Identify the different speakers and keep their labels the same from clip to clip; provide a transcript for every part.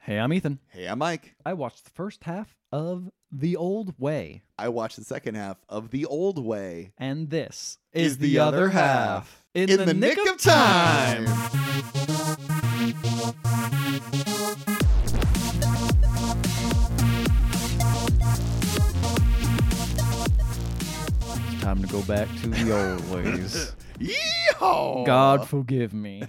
Speaker 1: Hey, I'm Ethan.
Speaker 2: Hey, I'm Mike.
Speaker 1: I watched the first half of The Old Way,
Speaker 2: I watched the second half of The Old Way.
Speaker 1: and this is, the, other, half.
Speaker 2: In, the, nick, of time.
Speaker 1: It's time to go back to the old ways.
Speaker 2: Yeehaw!
Speaker 1: God forgive me.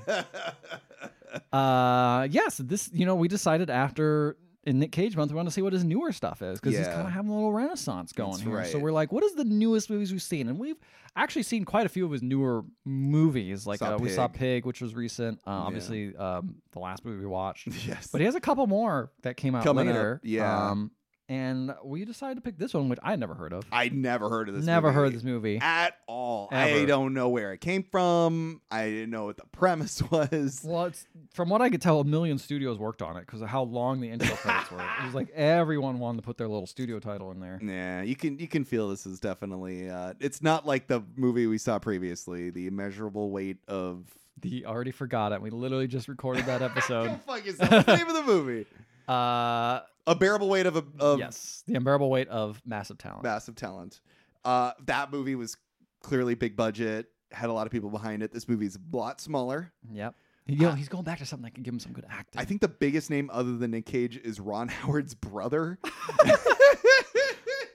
Speaker 1: uh, yes, this you know we decided after in Nick Cage month we want to see what his newer stuff is because he's
Speaker 2: Yeah.
Speaker 1: kind of having a little renaissance going
Speaker 2: That's
Speaker 1: here. So
Speaker 2: right.
Speaker 1: we're like, what is the newest movies we've seen? And we've actually seen quite a few of his newer movies. Like
Speaker 2: Saw
Speaker 1: uh, we saw
Speaker 2: Pig.
Speaker 1: Pig, which was recent. Uh, obviously, um, the last movie we watched.
Speaker 2: Yes.
Speaker 1: But he has a couple more that came out
Speaker 2: Coming up,
Speaker 1: later.
Speaker 2: yeah.
Speaker 1: Um, and we decided to pick this one, which I never heard of.
Speaker 2: I never heard of this.
Speaker 1: never
Speaker 2: movie
Speaker 1: heard this movie.
Speaker 2: at all.
Speaker 1: Ever.
Speaker 2: I don't know where it came from. I didn't know what the premise was.
Speaker 1: Well, it's, from what I could tell, a million studios worked on it because of how long the intro credits were. It was like everyone wanted to put their little studio title in there.
Speaker 2: Yeah, you can you can feel this is definitely. Uh, it's not like the movie we saw previously, the immeasurable weight of.
Speaker 1: The already forgot it. We literally just recorded that
Speaker 2: Go
Speaker 1: episode.
Speaker 2: fuck yourself. What's the name of the movie?
Speaker 1: Uh,
Speaker 2: A bearable weight of a of
Speaker 1: yes, the unbearable weight of massive talent.
Speaker 2: massive talent. Uh, that movie was clearly big budget, had a lot of people behind it. This movie's a lot smaller.
Speaker 1: Yep. You know, he's going back to something that can give him some good acting.
Speaker 2: I think the biggest name other than Nick Cage is Ron Howard's brother.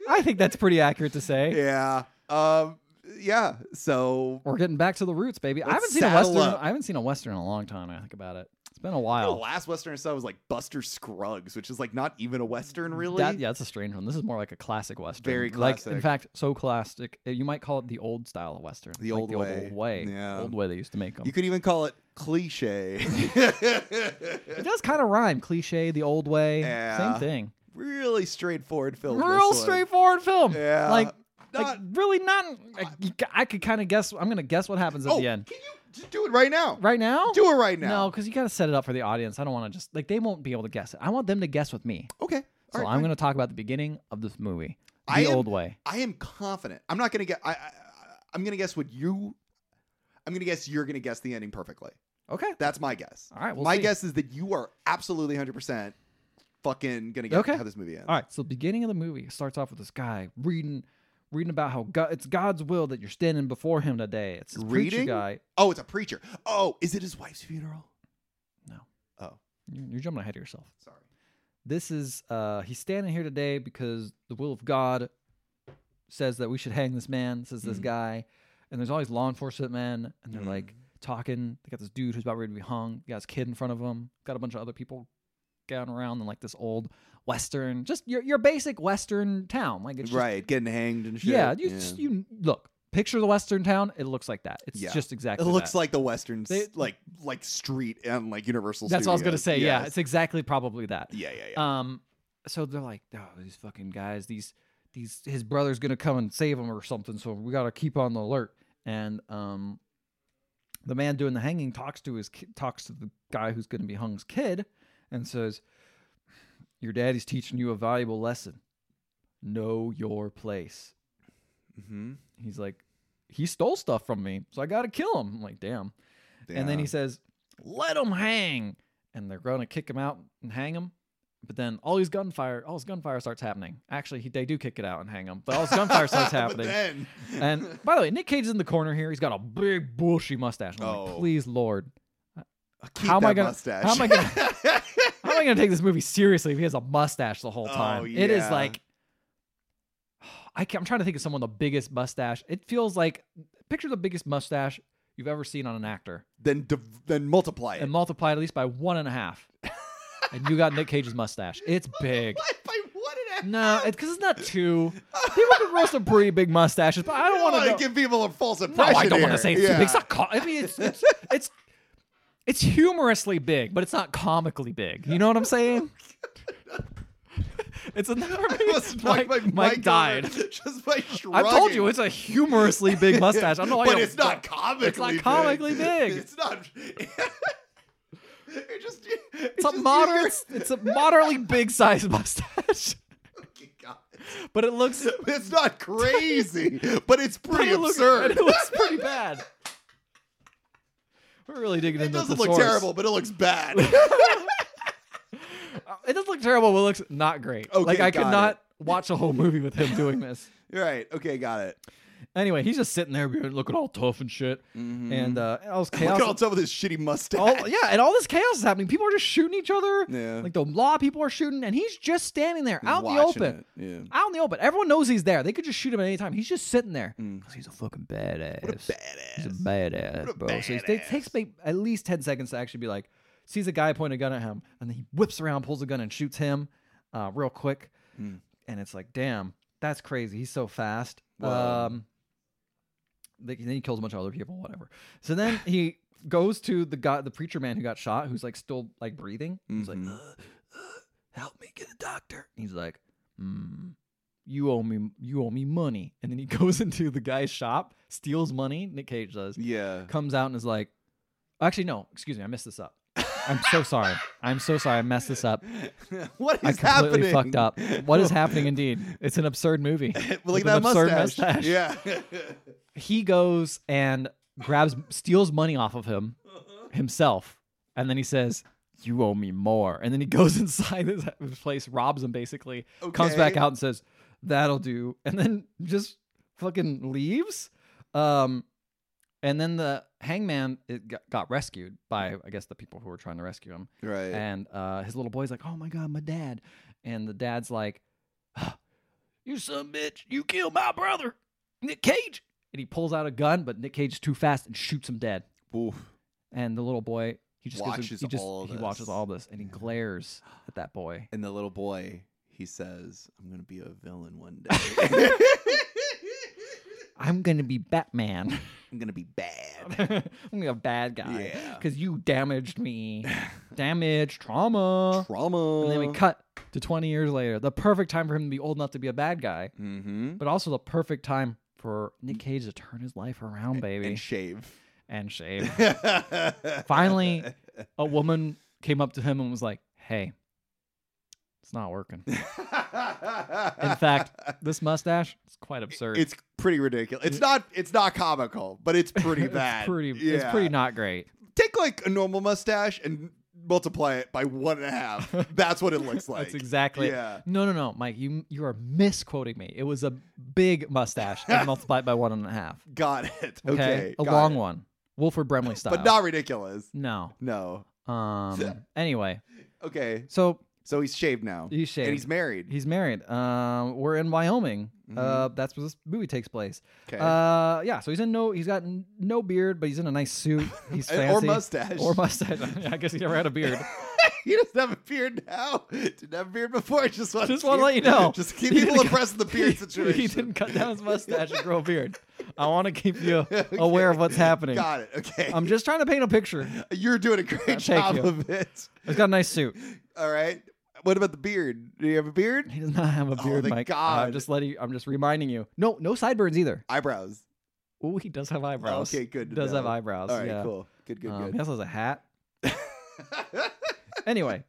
Speaker 1: I think that's pretty accurate to say.
Speaker 2: yeah. Um, yeah. So
Speaker 1: We're getting back to the roots, baby. I
Speaker 2: Let's
Speaker 1: haven't seen a
Speaker 2: saddle
Speaker 1: western.
Speaker 2: up.
Speaker 1: I haven't seen a western in a long time. I think about it. It's been a
Speaker 2: the
Speaker 1: while.
Speaker 2: last Western I saw was like Buster Scruggs, which is like not even a Western, really.
Speaker 1: Mm, That, yeah, that's a strange one. This is more like a classic western.
Speaker 2: Very
Speaker 1: Like, in
Speaker 2: classic.
Speaker 1: fact, so classic. uh, You might call it the old style of western.
Speaker 2: The
Speaker 1: like
Speaker 2: old
Speaker 1: the
Speaker 2: way.
Speaker 1: old way.
Speaker 2: Yeah.
Speaker 1: Old way they used to make them.
Speaker 2: You could even call it cliche.
Speaker 1: it does kind of rhyme. Cliche, the old way.
Speaker 2: Yeah.
Speaker 1: Same thing.
Speaker 2: really straightforward film. this
Speaker 1: Real
Speaker 2: one.
Speaker 1: straightforward film.
Speaker 2: Yeah.
Speaker 1: Like, like
Speaker 2: Not-
Speaker 1: really not. I, you ca- I could kind of guess. I'm gonna guess what happens at
Speaker 2: Oh,
Speaker 1: the end.
Speaker 2: can you just do it right now?
Speaker 1: Right now.
Speaker 2: Do it right now.
Speaker 1: No, because you gotta set it up for the audience. I don't want to just like they won't be able to guess it. I want them to guess with me.
Speaker 2: Okay.
Speaker 1: So
Speaker 2: All right,
Speaker 1: I'm
Speaker 2: fine.
Speaker 1: going to talk about the beginning of this movie, the
Speaker 2: I am-
Speaker 1: old way.
Speaker 2: I am confident. I'm not gonna get. I, I I'm gonna guess what you. I'm gonna guess you're gonna guess the ending perfectly.
Speaker 1: Okay.
Speaker 2: That's my guess.
Speaker 1: All right. We'll
Speaker 2: my
Speaker 1: see.
Speaker 2: guess is that you are absolutely 100 percent fucking gonna guess
Speaker 1: Okay.
Speaker 2: how this movie ends.
Speaker 1: All right. So the beginning of the movie starts off with this guy reading, reading about how God, it's God's will that you're standing before Him today. It's this preacher
Speaker 2: Reading?
Speaker 1: guy.
Speaker 2: Oh, it's a preacher. Oh, is it his wife's funeral?
Speaker 1: No.
Speaker 2: Oh,
Speaker 1: You're you're jumping ahead of yourself.
Speaker 2: sorry.
Speaker 1: This is uh he's standing here today because the will of God says that we should hang this man. Says this
Speaker 2: Mhm.
Speaker 1: guy, and there's all these law enforcement men, and they're
Speaker 2: Mhm.
Speaker 1: like talking. They got this dude who's about ready to be hung. They got his kid in front of him. Got a bunch of other people down around in like this old western, just your your basic western town. Like it's just
Speaker 2: right, getting hanged and shit.
Speaker 1: Yeah, you Just, you look. Picture the western town. It looks like that. It's
Speaker 2: Yeah.
Speaker 1: just
Speaker 2: it
Speaker 1: exactly.
Speaker 2: looks
Speaker 1: that.
Speaker 2: like the western, s-
Speaker 1: They-
Speaker 2: like like street and like Universal.
Speaker 1: that's what I was gonna
Speaker 2: Studios.
Speaker 1: say. Yeah,
Speaker 2: Yes.
Speaker 1: it's exactly probably that.
Speaker 2: yeah, yeah, yeah.
Speaker 1: Um, so they're like, oh, these fucking guys. These these his brother's gonna come and save him or something. So we gotta keep on the alert. And um, the man doing the hanging talks to his ki- talks to the guy who's gonna be hung's kid, and says, "Your daddy's teaching you a valuable lesson. Know your place."
Speaker 2: Mhm.
Speaker 1: He's like, he stole stuff from me, so I gotta kill him. I'm like, damn. And then
Speaker 2: Yeah.
Speaker 1: he says, let him hang. And they're gonna kick him out and hang him. But then all his gunfire, all his gunfire starts happening. Actually, he, they do kick it out and hang him, but all his gunfire starts
Speaker 2: But
Speaker 1: happening.
Speaker 2: then-
Speaker 1: and by the way, Nick Cage is in the corner here. He's got a big bushy mustache. I'm like,
Speaker 2: Oh.
Speaker 1: please, Lord,
Speaker 2: Keep
Speaker 1: how am I
Speaker 2: that
Speaker 1: gonna-
Speaker 2: mustache.
Speaker 1: how am I how am I gonna take this movie seriously if he has a mustache the whole
Speaker 2: Oh,
Speaker 1: time? It is
Speaker 2: yeah.
Speaker 1: like, I can I'm trying to think of someone with the biggest mustache. It feels like picture the biggest mustache you've ever seen on an actor
Speaker 2: then div- then multiply it
Speaker 1: and multiply it at least by one and a half. and you got Nick Cage's mustache. It's big.
Speaker 2: Multiply it by one and a
Speaker 1: No, it's because it's not two. People can grow some pretty big mustaches, but I
Speaker 2: I
Speaker 1: don't want to.
Speaker 2: give people a false
Speaker 1: No,
Speaker 2: impression.
Speaker 1: I don't
Speaker 2: want
Speaker 1: want to say it's too big. It's not. Co- I mean, it's it's, it's it's humorously big, but it's not comically big. You know what I'm saying? it's another. Mike, Mike, died.
Speaker 2: Just by
Speaker 1: I
Speaker 2: shrugging.
Speaker 1: told you it's a humorously big mustache. I don't know why.
Speaker 2: but
Speaker 1: you-
Speaker 2: it's not comically.
Speaker 1: comically big.
Speaker 2: It's not. It just,
Speaker 1: It's a moderate. It's a moderately big sized mustache, but it looks
Speaker 2: It's not crazy, but it's
Speaker 1: but
Speaker 2: pretty
Speaker 1: it looks,
Speaker 2: absurd.
Speaker 1: and it looks pretty bad. We're really digging
Speaker 2: It
Speaker 1: into
Speaker 2: doesn't
Speaker 1: the
Speaker 2: look
Speaker 1: source.
Speaker 2: terrible, but it looks bad.
Speaker 1: It does look terrible, but it looks not great. like
Speaker 2: Okay,
Speaker 1: I could
Speaker 2: got it.
Speaker 1: not watch a whole movie with him doing this.
Speaker 2: right. Okay, got it.
Speaker 1: Anyway, he's just sitting there being- looking all tough and shit. And uh, all this chaos.
Speaker 2: Mm-hmm. Look at all some of this shitty mustache.
Speaker 1: all- yeah, and all this chaos is happening. People are just shooting each other.
Speaker 2: Yeah.
Speaker 1: Like the law people are shooting, and he's just standing there
Speaker 2: He's
Speaker 1: out in the
Speaker 2: watching
Speaker 1: open.
Speaker 2: it, Yeah.
Speaker 1: Out in the open. Everyone knows he's there. They could just shoot him at any time. He's just sitting there. Because he's a fucking badass. He's a
Speaker 2: Mm. Badass.
Speaker 1: badass,
Speaker 2: What a
Speaker 1: bro. So it's- it
Speaker 2: badass.
Speaker 1: takes me at least 10 seconds to actually be like, sees a guy point a gun at him, and then he whips around, pulls a gun, and shoots him uh, real quick.
Speaker 2: Hmm.
Speaker 1: And it's like, damn, that's crazy. He's so fast.
Speaker 2: Whoa.
Speaker 1: Um, they, then he kills a bunch of other people, whatever. So then he goes to the guy, the preacher man who got shot, who's like still like breathing. He's like,
Speaker 2: Mhm.
Speaker 1: "Uh, uh, help me get a doctor. And he's like, hmm you owe me you owe me money and then he goes into the guy's shop steals money nick cage does
Speaker 2: Yeah.
Speaker 1: comes out and is like actually no excuse me i messed this up i'm so sorry i'm so sorry i messed this up
Speaker 2: what is
Speaker 1: i completely
Speaker 2: happening?
Speaker 1: fucked up what is happening indeed it's an absurd movie
Speaker 2: Look
Speaker 1: with
Speaker 2: at
Speaker 1: an
Speaker 2: that
Speaker 1: absurd mustache.
Speaker 2: mustache. Yeah.
Speaker 1: he goes and grabs steals money off of him himself and then he says you owe me more and then he goes inside his his place robs him basically comes back
Speaker 2: Okay.
Speaker 1: out and says that'll do and then just fucking leaves um and then the hangman it got, got rescued by i guess the people who were trying to rescue him
Speaker 2: Right.
Speaker 1: and uh, his little boy's like, "Oh my god, my dad!" And the dad's like, "Ah, "You son of a bitch! You killed my brother, Nick Cage!" And he pulls out a gun, but Nick Cage is too fast and shoots him dead.
Speaker 2: Oof.
Speaker 1: And the little boy, he just goes and-
Speaker 2: Watches
Speaker 1: he just
Speaker 2: all
Speaker 1: he watches
Speaker 2: this.
Speaker 1: all this and he glares at that boy.
Speaker 2: And the little boy, he says, "I'm gonna be a villain one day.
Speaker 1: I'm gonna be Batman.
Speaker 2: I'm gonna be bad."
Speaker 1: I'm gonna be a bad guy
Speaker 2: Yeah.
Speaker 1: because you damaged me, damage trauma.
Speaker 2: Trauma.
Speaker 1: And then we cut to 20 years later, the perfect time for him to be old enough to be a bad guy.
Speaker 2: Mm-hmm.
Speaker 1: but also the perfect time for Nick Cage to turn his life around, baby,
Speaker 2: And
Speaker 1: and, shave.
Speaker 2: shave.
Speaker 1: Finally. A woman came up to him and was like, "Hey, it's not working.
Speaker 2: In
Speaker 1: fact, This mustache is quite absurd.
Speaker 2: it's pretty ridiculous. It's not. It's not comical, but it's pretty
Speaker 1: It's
Speaker 2: bad.
Speaker 1: pretty.
Speaker 2: Yeah.
Speaker 1: It's pretty not great.
Speaker 2: Take like a normal mustache and multiply it by one and a half. That's what it looks like.
Speaker 1: That's exactly.
Speaker 2: Yeah.
Speaker 1: No, no, no, Mike. You you are misquoting me. It was a big mustache and multiplied by one and a half.
Speaker 2: Got it.
Speaker 1: Okay,
Speaker 2: Okay.
Speaker 1: a
Speaker 2: got
Speaker 1: long
Speaker 2: it.
Speaker 1: one, Wilford Brimley style.
Speaker 2: but not ridiculous.
Speaker 1: no.
Speaker 2: No.
Speaker 1: Um. anyway,
Speaker 2: Okay.
Speaker 1: so
Speaker 2: So he's shaved now.
Speaker 1: He's shaved.
Speaker 2: And he's married.
Speaker 1: he's married. Um. We're in Wyoming.
Speaker 2: Mhm.
Speaker 1: Uh. That's where this movie takes place.
Speaker 2: okay.
Speaker 1: Uh, yeah. So he's in no, he's got n- no beard, but he's in a nice suit. He's
Speaker 2: And-
Speaker 1: fancy
Speaker 2: Uh, or mustache.
Speaker 1: Or mustache. I guess he never had a beard.
Speaker 2: he doesn't have a beard now. Didn't have a beard before. Just want
Speaker 1: Just wanna let you know.
Speaker 2: Just keep
Speaker 1: He
Speaker 2: people
Speaker 1: didn't-
Speaker 2: abreast of the beard situation.
Speaker 1: he didn't cut down his mustache and grow a beard. I want to keep you aware of what's happening.
Speaker 2: Got it. Okay.
Speaker 1: I'm just trying to paint a picture.
Speaker 2: You're doing a great
Speaker 1: Thank
Speaker 2: job
Speaker 1: you.
Speaker 2: of it.
Speaker 1: He's got a nice suit.
Speaker 2: All right. What about the beard? Do you have a beard?
Speaker 1: He does not have a
Speaker 2: Oh,
Speaker 1: beard,
Speaker 2: thank
Speaker 1: Mike. I'm
Speaker 2: God.
Speaker 1: just letting. You, I'm just reminding you. No, no sideburns either.
Speaker 2: Eyebrows.
Speaker 1: Oh, he does have eyebrows.
Speaker 2: Okay, good to
Speaker 1: Does have
Speaker 2: know.
Speaker 1: eyebrows.
Speaker 2: All right.
Speaker 1: yeah.
Speaker 2: Cool. Good. Good.
Speaker 1: Um,
Speaker 2: good.
Speaker 1: He also has a hat. anyway,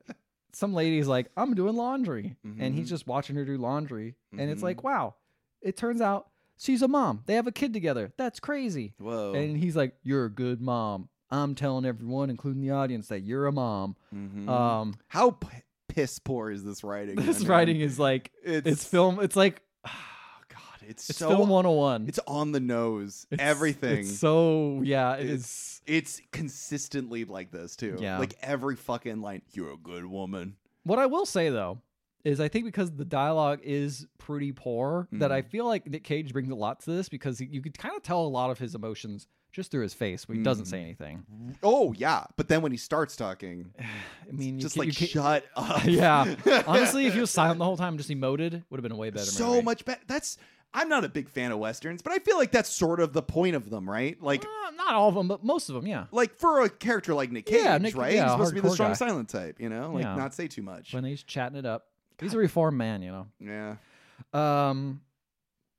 Speaker 1: some lady's like, I'm doing laundry. And he's
Speaker 2: Mhm.
Speaker 1: just watching her do laundry. And it's
Speaker 2: Mhm.
Speaker 1: like, wow, it turns out she's a mom. They have a kid together. That's crazy.
Speaker 2: Whoa.
Speaker 1: And he's like, You're a good mom. I'm telling everyone, including the audience, that you're a mom.
Speaker 2: Mhm.
Speaker 1: Um,
Speaker 2: How p- piss poor is this writing?
Speaker 1: this
Speaker 2: I mean,
Speaker 1: writing is like,
Speaker 2: It's,
Speaker 1: it's film. It's like,
Speaker 2: Oh, God, it's,
Speaker 1: it's
Speaker 2: so
Speaker 1: film 101.
Speaker 2: It's on the nose.
Speaker 1: It's-
Speaker 2: Everything.
Speaker 1: It's so, yeah, it
Speaker 2: It's-
Speaker 1: is.
Speaker 2: It's consistently like this too.
Speaker 1: Yeah.
Speaker 2: Like every fucking line. You're a good woman.
Speaker 1: What I will say though is I think because the dialogue is pretty poor that
Speaker 2: Mm.
Speaker 1: I feel like Nick Cage brings a lot to this because he, you could kind of tell a lot of his emotions just through his face when he doesn't
Speaker 2: Mm.
Speaker 1: say anything.
Speaker 2: Oh yeah. But then when he starts talking,
Speaker 1: I mean, you
Speaker 2: just
Speaker 1: can't-
Speaker 2: like
Speaker 1: you can't-
Speaker 2: shut up.
Speaker 1: yeah. Honestly, if he was silent the whole time, just emoted, would have been a way better.
Speaker 2: so
Speaker 1: movie.
Speaker 2: much better. That's. I'm not a big fan of westerns, but I feel like that's sort of the point of them, right? Like,
Speaker 1: Uh, not all of them, but most of them, yeah.
Speaker 2: like for a character like Nick Cage,
Speaker 1: Yeah, Nick-
Speaker 2: right?
Speaker 1: yeah,
Speaker 2: He's supposed to be the
Speaker 1: hardcore
Speaker 2: strong
Speaker 1: guy.
Speaker 2: silent type, you know, like
Speaker 1: Yeah.
Speaker 2: not say too much.
Speaker 1: When he's chatting it up, he's a reformed man, you know.
Speaker 2: yeah.
Speaker 1: Um.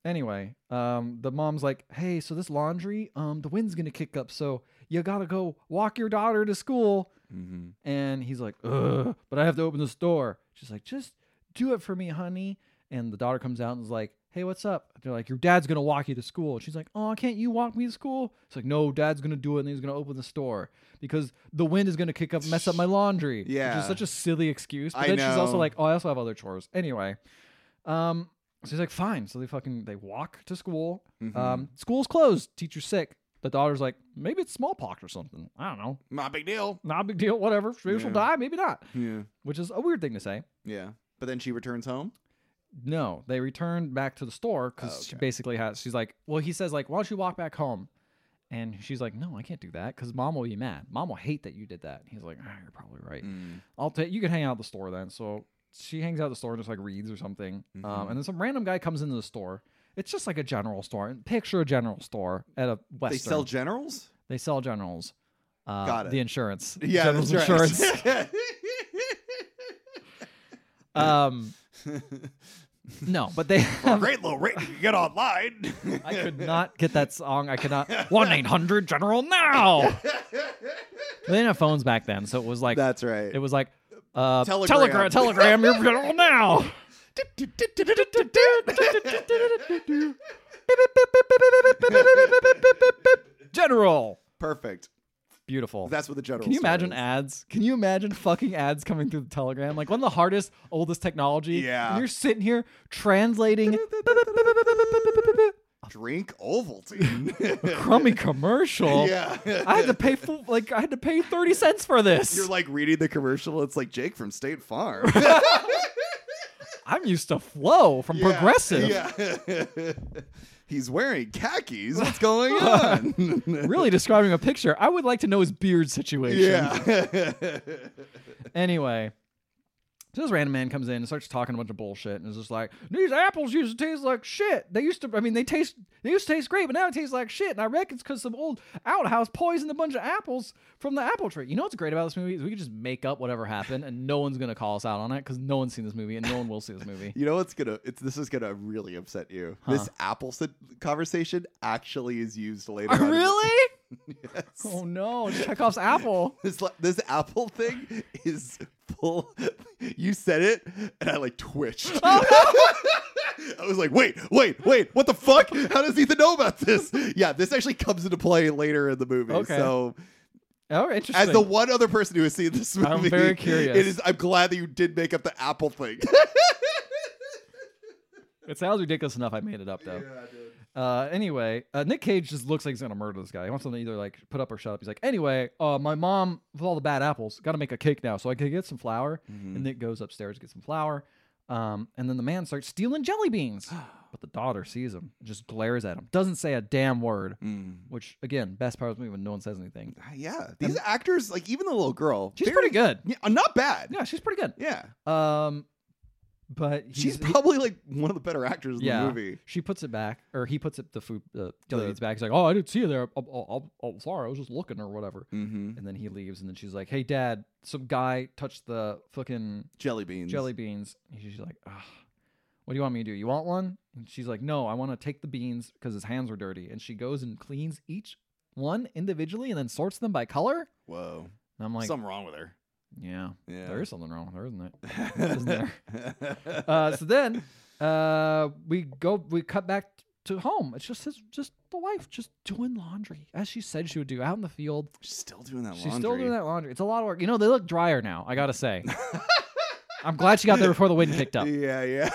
Speaker 1: Anyway, um, the mom's like, "Hey, so this laundry, um, the wind's gonna kick up, so you gotta go walk your daughter to school."
Speaker 2: Mm-hmm.
Speaker 1: And he's like, Ugh, but I have to open this door. She's like, just do it for me, honey. And the daughter comes out and is like, hey, what's up? And they're like, your dad's gonna walk you to school. And she's like, oh, can't you walk me to school? It's like, no, dad's gonna do it, and he's gonna open the store because the wind is gonna kick up, mess up my laundry. which
Speaker 2: Yeah.
Speaker 1: is such a silly excuse. But
Speaker 2: I
Speaker 1: then she's also
Speaker 2: know.
Speaker 1: like, oh, I also have other chores. Anyway, um, so he's like, fine. So they fucking they walk to school.
Speaker 2: Mhm.
Speaker 1: Um, school's closed. Teacher's sick. The daughter's like, maybe it's smallpox or something. I don't know.
Speaker 2: Not a big deal.
Speaker 1: Not a big deal. Whatever. Maybe she'll
Speaker 2: Yeah.
Speaker 1: die. Maybe not.
Speaker 2: Yeah.
Speaker 1: Which is a weird thing to say.
Speaker 2: Yeah. But then she returns home.
Speaker 1: No, they returned back to the store because
Speaker 2: Oh,
Speaker 1: she
Speaker 2: okay.
Speaker 1: basically has. She's like, well, he says like, why don't you walk back home? And she's like, no, I can't do that because mom will be mad. Mom will hate that you did that. And he's like, ah, you're probably
Speaker 2: Mm.
Speaker 1: right. I'll take. You can hang out at the store then. So she hangs out at the store and just like reads or something. Um,
Speaker 2: Mhm.
Speaker 1: and then some random guy comes into the store. It's just like a general store. And Picture a general store at a western.
Speaker 2: They sell generals?
Speaker 1: They sell generals. Uh,
Speaker 2: Got it.
Speaker 1: The insurance.
Speaker 2: Yeah,
Speaker 1: General's
Speaker 2: that's
Speaker 1: insurance.
Speaker 2: right.
Speaker 1: um, no, but they.
Speaker 2: For a
Speaker 1: Have,
Speaker 2: great little rate you can get online.
Speaker 1: I could not get that song. I could not. One eight hundred General now. They didn't have phones back then, so it was like
Speaker 2: That's right.
Speaker 1: it was like uh, telegram,
Speaker 2: Telegram.
Speaker 1: telegram, your general now. general,
Speaker 2: Perfect.
Speaker 1: beautiful.
Speaker 2: That's what the general.
Speaker 1: Can you
Speaker 2: store
Speaker 1: imagine
Speaker 2: is.
Speaker 1: ads? Can you imagine fucking ads coming through the Telegram? Like one of the hardest, oldest technology.
Speaker 2: Yeah.
Speaker 1: And you're sitting here translating
Speaker 2: drink Ovaltine?
Speaker 1: crummy commercial.
Speaker 2: yeah.
Speaker 1: I had to pay full, like I had to pay thirty cents for this.
Speaker 2: You're like reading the commercial. It's like Jake from State Farm.
Speaker 1: I'm used to flow from
Speaker 2: Yeah,
Speaker 1: Progressive.
Speaker 2: Yeah. He's wearing khakis. What's going on?
Speaker 1: Really describing a picture. I would like to know his beard situation.
Speaker 2: yeah.
Speaker 1: Anyway. So this random man comes in and starts talking a bunch of bullshit and is just like, these apples used to taste like shit. They used to, I mean, they taste, they used to taste great, but now it tastes like shit. And I reckon it's because some old outhouse poisoned a bunch of apples from the apple tree. You know what's great about this movie is we could just make up whatever happened and no one's gonna call us out on it because no one's seen this movie and no one will see this movie.
Speaker 2: you know what's gonna? It's this is gonna really upset you. This apple si- conversation actually is used later. on in the-
Speaker 1: really?
Speaker 2: Yes.
Speaker 1: Oh no, it's Chekhov's apple.
Speaker 2: This li- this apple thing is full. You said it, and I like twitched. I was like, wait, wait, wait, what the fuck? How does Ethan know about this? Yeah, this actually comes into play later in the movie.
Speaker 1: Okay.
Speaker 2: So
Speaker 1: Oh, interesting.
Speaker 2: As the one other person who has seen this movie,
Speaker 1: I'm very curious.
Speaker 2: It is. I'm glad that you did make up the Apple thing.
Speaker 1: It sounds ridiculous enough. I made it up though. Uh, anyway, uh, Nick Cage just looks like he's gonna murder this guy. He wants him to either like put up or shut up. He's like, anyway, uh, my mom with all the bad apples got to make a cake now, so I can get some flour.
Speaker 2: Mm-hmm.
Speaker 1: And Nick goes upstairs to get some flour. Um, and then the man starts stealing jelly beans, but the daughter sees him, and just glares at him, doesn't say a damn word.
Speaker 2: Mm-hmm.
Speaker 1: Which again, best part of the movie when no one says anything.
Speaker 2: Ah, Yeah, these actors, like even the little girl,
Speaker 1: She's
Speaker 2: very-
Speaker 1: pretty good.
Speaker 2: Yeah, not bad.
Speaker 1: Yeah, she's pretty good.
Speaker 2: Yeah,
Speaker 1: Um, but
Speaker 2: she's
Speaker 1: he's- he-
Speaker 2: probably like one of the better actors in
Speaker 1: Yeah.
Speaker 2: the movie.
Speaker 1: She puts it back, or he puts it the food uh, jelly
Speaker 2: The-
Speaker 1: beans back. He's like, "Oh, I didn't see you there. I'm, I'm, I'm sorry, I was just looking or whatever."
Speaker 2: Mm-hmm.
Speaker 1: And then he leaves, and then she's like, "Hey, Dad, some guy touched the fucking
Speaker 2: Jelly beans.
Speaker 1: jelly beans." And she's like, Ugh, "What do you want me to do? You want one?" And she's like, "No, I want to take the beans because his hands were dirty." And she goes and cleans each one individually, and then sorts them by color.
Speaker 2: Whoa,
Speaker 1: And I'm like,
Speaker 2: something wrong with her.
Speaker 1: "Yeah,
Speaker 2: Yeah,
Speaker 1: there is something wrong with her, isn't it?" isn't there? Uh, so then uh, we go, we cut back to home. It's just his, just the wife, just doing laundry as she said she would do out in the field.
Speaker 2: she's still doing that.
Speaker 1: She's
Speaker 2: laundry.
Speaker 1: still doing that laundry. It's a lot of work. You know, they look drier now. I gotta say. I'm glad she got there before the wind picked up
Speaker 2: Yeah, yeah.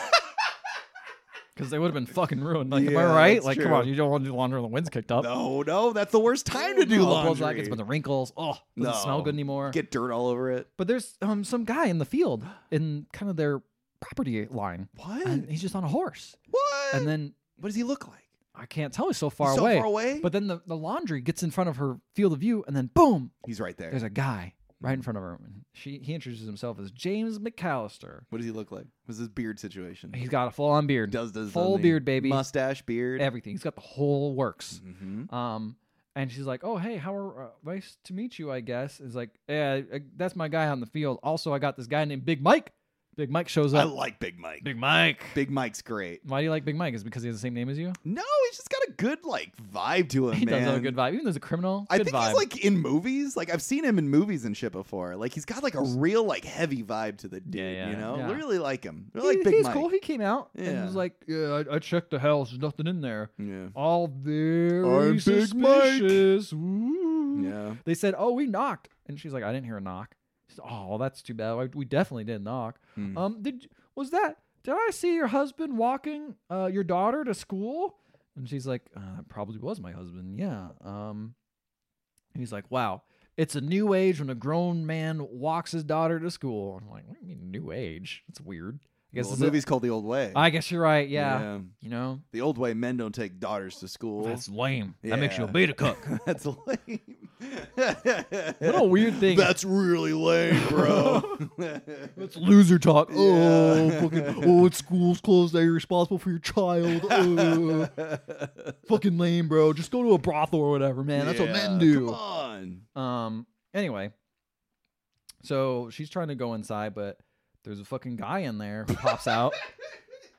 Speaker 1: because they would have been fucking ruined. Like, am I
Speaker 2: Yeah,
Speaker 1: right?
Speaker 2: that's
Speaker 1: Like, come
Speaker 2: true.
Speaker 1: on, you don't want to do laundry when the wind's kicked up.
Speaker 2: No, no, that's the worst time to do
Speaker 1: Oh, it blows
Speaker 2: laundry.
Speaker 1: back, It's been the wrinkles. Oh, doesn't smell
Speaker 2: No.
Speaker 1: good anymore.
Speaker 2: Get dirt all over it.
Speaker 1: but there's um some guy in the field in kind of their property line,
Speaker 2: What?
Speaker 1: and he's just on a horse.
Speaker 2: what?
Speaker 1: And then
Speaker 2: what does he look like?
Speaker 1: I can't tell. He's so far
Speaker 2: so
Speaker 1: away.
Speaker 2: far away.
Speaker 1: But then the, the laundry gets in front of her field of view, and then boom,
Speaker 2: He's right there.
Speaker 1: there's a guy right in front of her. And she he introduces himself as James McAllister.
Speaker 2: What does he look like? What's his beard situation?
Speaker 1: He's got a full on beard,
Speaker 2: does does
Speaker 1: full
Speaker 2: doesn't he?
Speaker 1: beard, baby.
Speaker 2: mustache beard.
Speaker 1: everything. He's got the whole works.
Speaker 2: hmm
Speaker 1: Um, and she's like, "Oh hey, how are? Uh, nice to meet you, I guess." Is like, "Yeah, uh, that's my guy on the field. Also, I got this guy named Big Mike. Big Mike shows
Speaker 2: I
Speaker 1: up.
Speaker 2: like Big Mike.
Speaker 1: Big Mike.
Speaker 2: Big Mike's great.
Speaker 1: Why do you like Big Mike? Is it because he has the same name as you?
Speaker 2: No, he's just got a good like vibe to him.
Speaker 1: He
Speaker 2: man.
Speaker 1: does have a good vibe. Even though he's a criminal,
Speaker 2: I
Speaker 1: good
Speaker 2: think
Speaker 1: vibe.
Speaker 2: he's like in movies. Like I've seen him in movies and shit before. Like he's got like a real like heavy vibe to the dude.
Speaker 1: yeah,
Speaker 2: you know,
Speaker 1: yeah.
Speaker 2: really like him. Really
Speaker 1: He-
Speaker 2: like Big
Speaker 1: he's
Speaker 2: Mike.
Speaker 1: cool. He came out and
Speaker 2: Yeah.
Speaker 1: was like, "Yeah, I, I checked the house. There's nothing in there.
Speaker 2: Yeah,
Speaker 1: All very
Speaker 2: I'm Big Mike."
Speaker 1: suspicious." Ooh.
Speaker 2: yeah.
Speaker 1: They said, "Oh, we knocked," and she's like, "I didn't hear a knock." She said, "Oh, that's too bad. We- We definitely didn't knock."
Speaker 2: Hmm.
Speaker 1: Um, did was that? Did I see your husband walking uh, your daughter to school? And she's like, uh, "Probably was my husband. Yeah." Um, and he's like, "Wow." It's a new age when a grown man walks his daughter to school. I'm like, what do you mean new age? It's weird. I guess
Speaker 2: Well,
Speaker 1: it's
Speaker 2: the
Speaker 1: a-
Speaker 2: movie's called The Old Way.
Speaker 1: I guess you're right. Yeah. You know,
Speaker 2: The old way men don't take daughters to school.
Speaker 1: that's lame. That makes you a
Speaker 2: Yeah.
Speaker 1: beta cook.
Speaker 2: That's lame.
Speaker 1: what a weird thing.
Speaker 2: That's really lame, bro.
Speaker 1: That's loser talk. Oh,
Speaker 2: Yeah.
Speaker 1: fucking, oh, it's school's closed. Now you're responsible for your child. Oh, fucking lame, bro. Just go to a brothel or whatever, man. That's what men
Speaker 2: Yeah,
Speaker 1: do.
Speaker 2: Come on.
Speaker 1: Um. Anyway, so she's trying to go inside, but there's a fucking guy in there who pops out,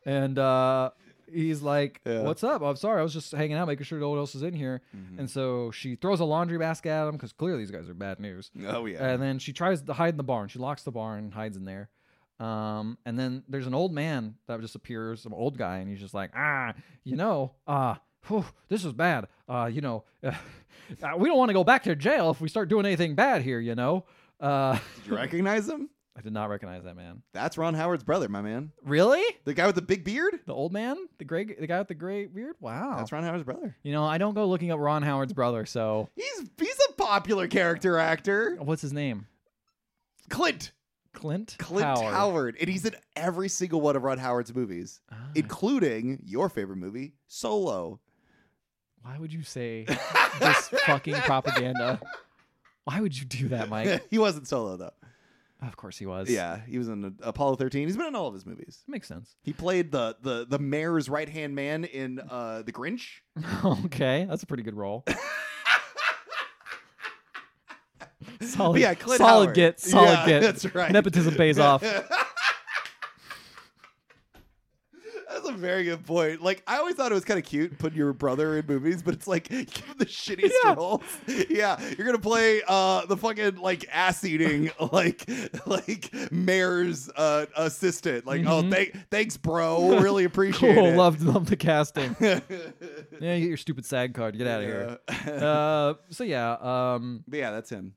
Speaker 1: and uh, he's like,
Speaker 2: Yeah.
Speaker 1: "What's up? I'm sorry, I was just hanging out, making sure no one else is in here."
Speaker 2: Mm-hmm.
Speaker 1: And so she throws a laundry basket at him because clearly these guys are bad news.
Speaker 2: Oh yeah.
Speaker 1: And then she tries to hide in the barn. She locks the barn and hides in there. Um, and then there's an old man that just appears, some old guy, and he's just like, ah, you know, uh, whew, this is bad. Uh, you know, uh, we don't want to go back to jail if we start doing anything bad here, you know. Uh,
Speaker 2: Did you recognize him?
Speaker 1: I did not recognize that man.
Speaker 2: That's Ron Howard's brother, my man.
Speaker 1: Really?
Speaker 2: The guy with the big beard?
Speaker 1: The old man, the gray, the guy with the gray beard. Wow.
Speaker 2: That's Ron Howard's brother.
Speaker 1: You know, I don't go looking up Ron Howard's brother. So,
Speaker 2: He's he's a popular character actor.
Speaker 1: what's his name?
Speaker 2: Clint.
Speaker 1: Clint.
Speaker 2: Clint
Speaker 1: Howard.
Speaker 2: Howard. And he's in every single one of Ron Howard's movies,
Speaker 1: Ah,
Speaker 2: including your favorite movie, Solo.
Speaker 1: why would you say this fucking propaganda. Why would you do that, Mike?
Speaker 2: he wasn't solo though.
Speaker 1: Of course he was.
Speaker 2: Yeah, he was in Apollo 13. He's been in all of his movies.
Speaker 1: Makes sense.
Speaker 2: He played the the the mayor's right hand man in uh, The Grinch.
Speaker 1: okay, that's a pretty good role. solid,
Speaker 2: But yeah, Clint
Speaker 1: Oh, solid
Speaker 2: Howard.
Speaker 1: get, solid
Speaker 2: Yeah,
Speaker 1: get.
Speaker 2: That's right.
Speaker 1: Nepotism pays off.
Speaker 2: That's a very good point. Like I always thought it was kind of cute putting your brother in movies, but it's like you give him the shittiest
Speaker 1: Yeah.
Speaker 2: roles. Yeah, you're gonna play uh, the fucking like ass eating like like mayor's uh, assistant. Like oh
Speaker 1: Mhm.
Speaker 2: thank thanks bro, really appreciate
Speaker 1: Cool,
Speaker 2: it.
Speaker 1: love, love the casting.
Speaker 2: yeah,
Speaker 1: yeah, you get your stupid SAG card. Get out of here. Uh, so yeah, um,
Speaker 2: but yeah, that's him.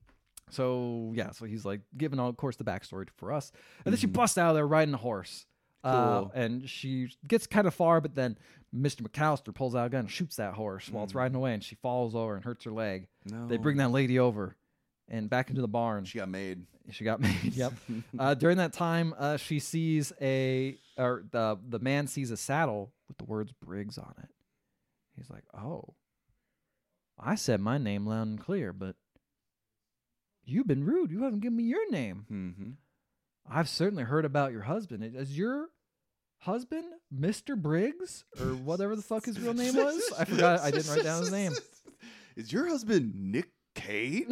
Speaker 1: so yeah, so he's like giving, all, of course, the backstory for us, and then she busts out of there riding a horse. Uh,
Speaker 2: Cool.
Speaker 1: and she gets kind of far, but then Mr. McAllister pulls out a gun and shoots that horse while it's riding away, and she falls over and hurts her leg.
Speaker 2: No.
Speaker 1: They bring that lady over and back into the barn. Oh. She,
Speaker 2: She got made.
Speaker 1: she got made. yep. Uh, during that time, uh, she sees a, or the, the man sees a saddle with the words Briggs on it. He's like, oh, I said my name loud and clear, but you've been rude. You haven't given me your name.
Speaker 2: Mm-hmm.
Speaker 1: I've certainly heard about your husband. Is your husband Mr. Briggs or whatever the fuck his real name was? I forgot. I didn't write down his name.
Speaker 2: Is your husband Nick Cage?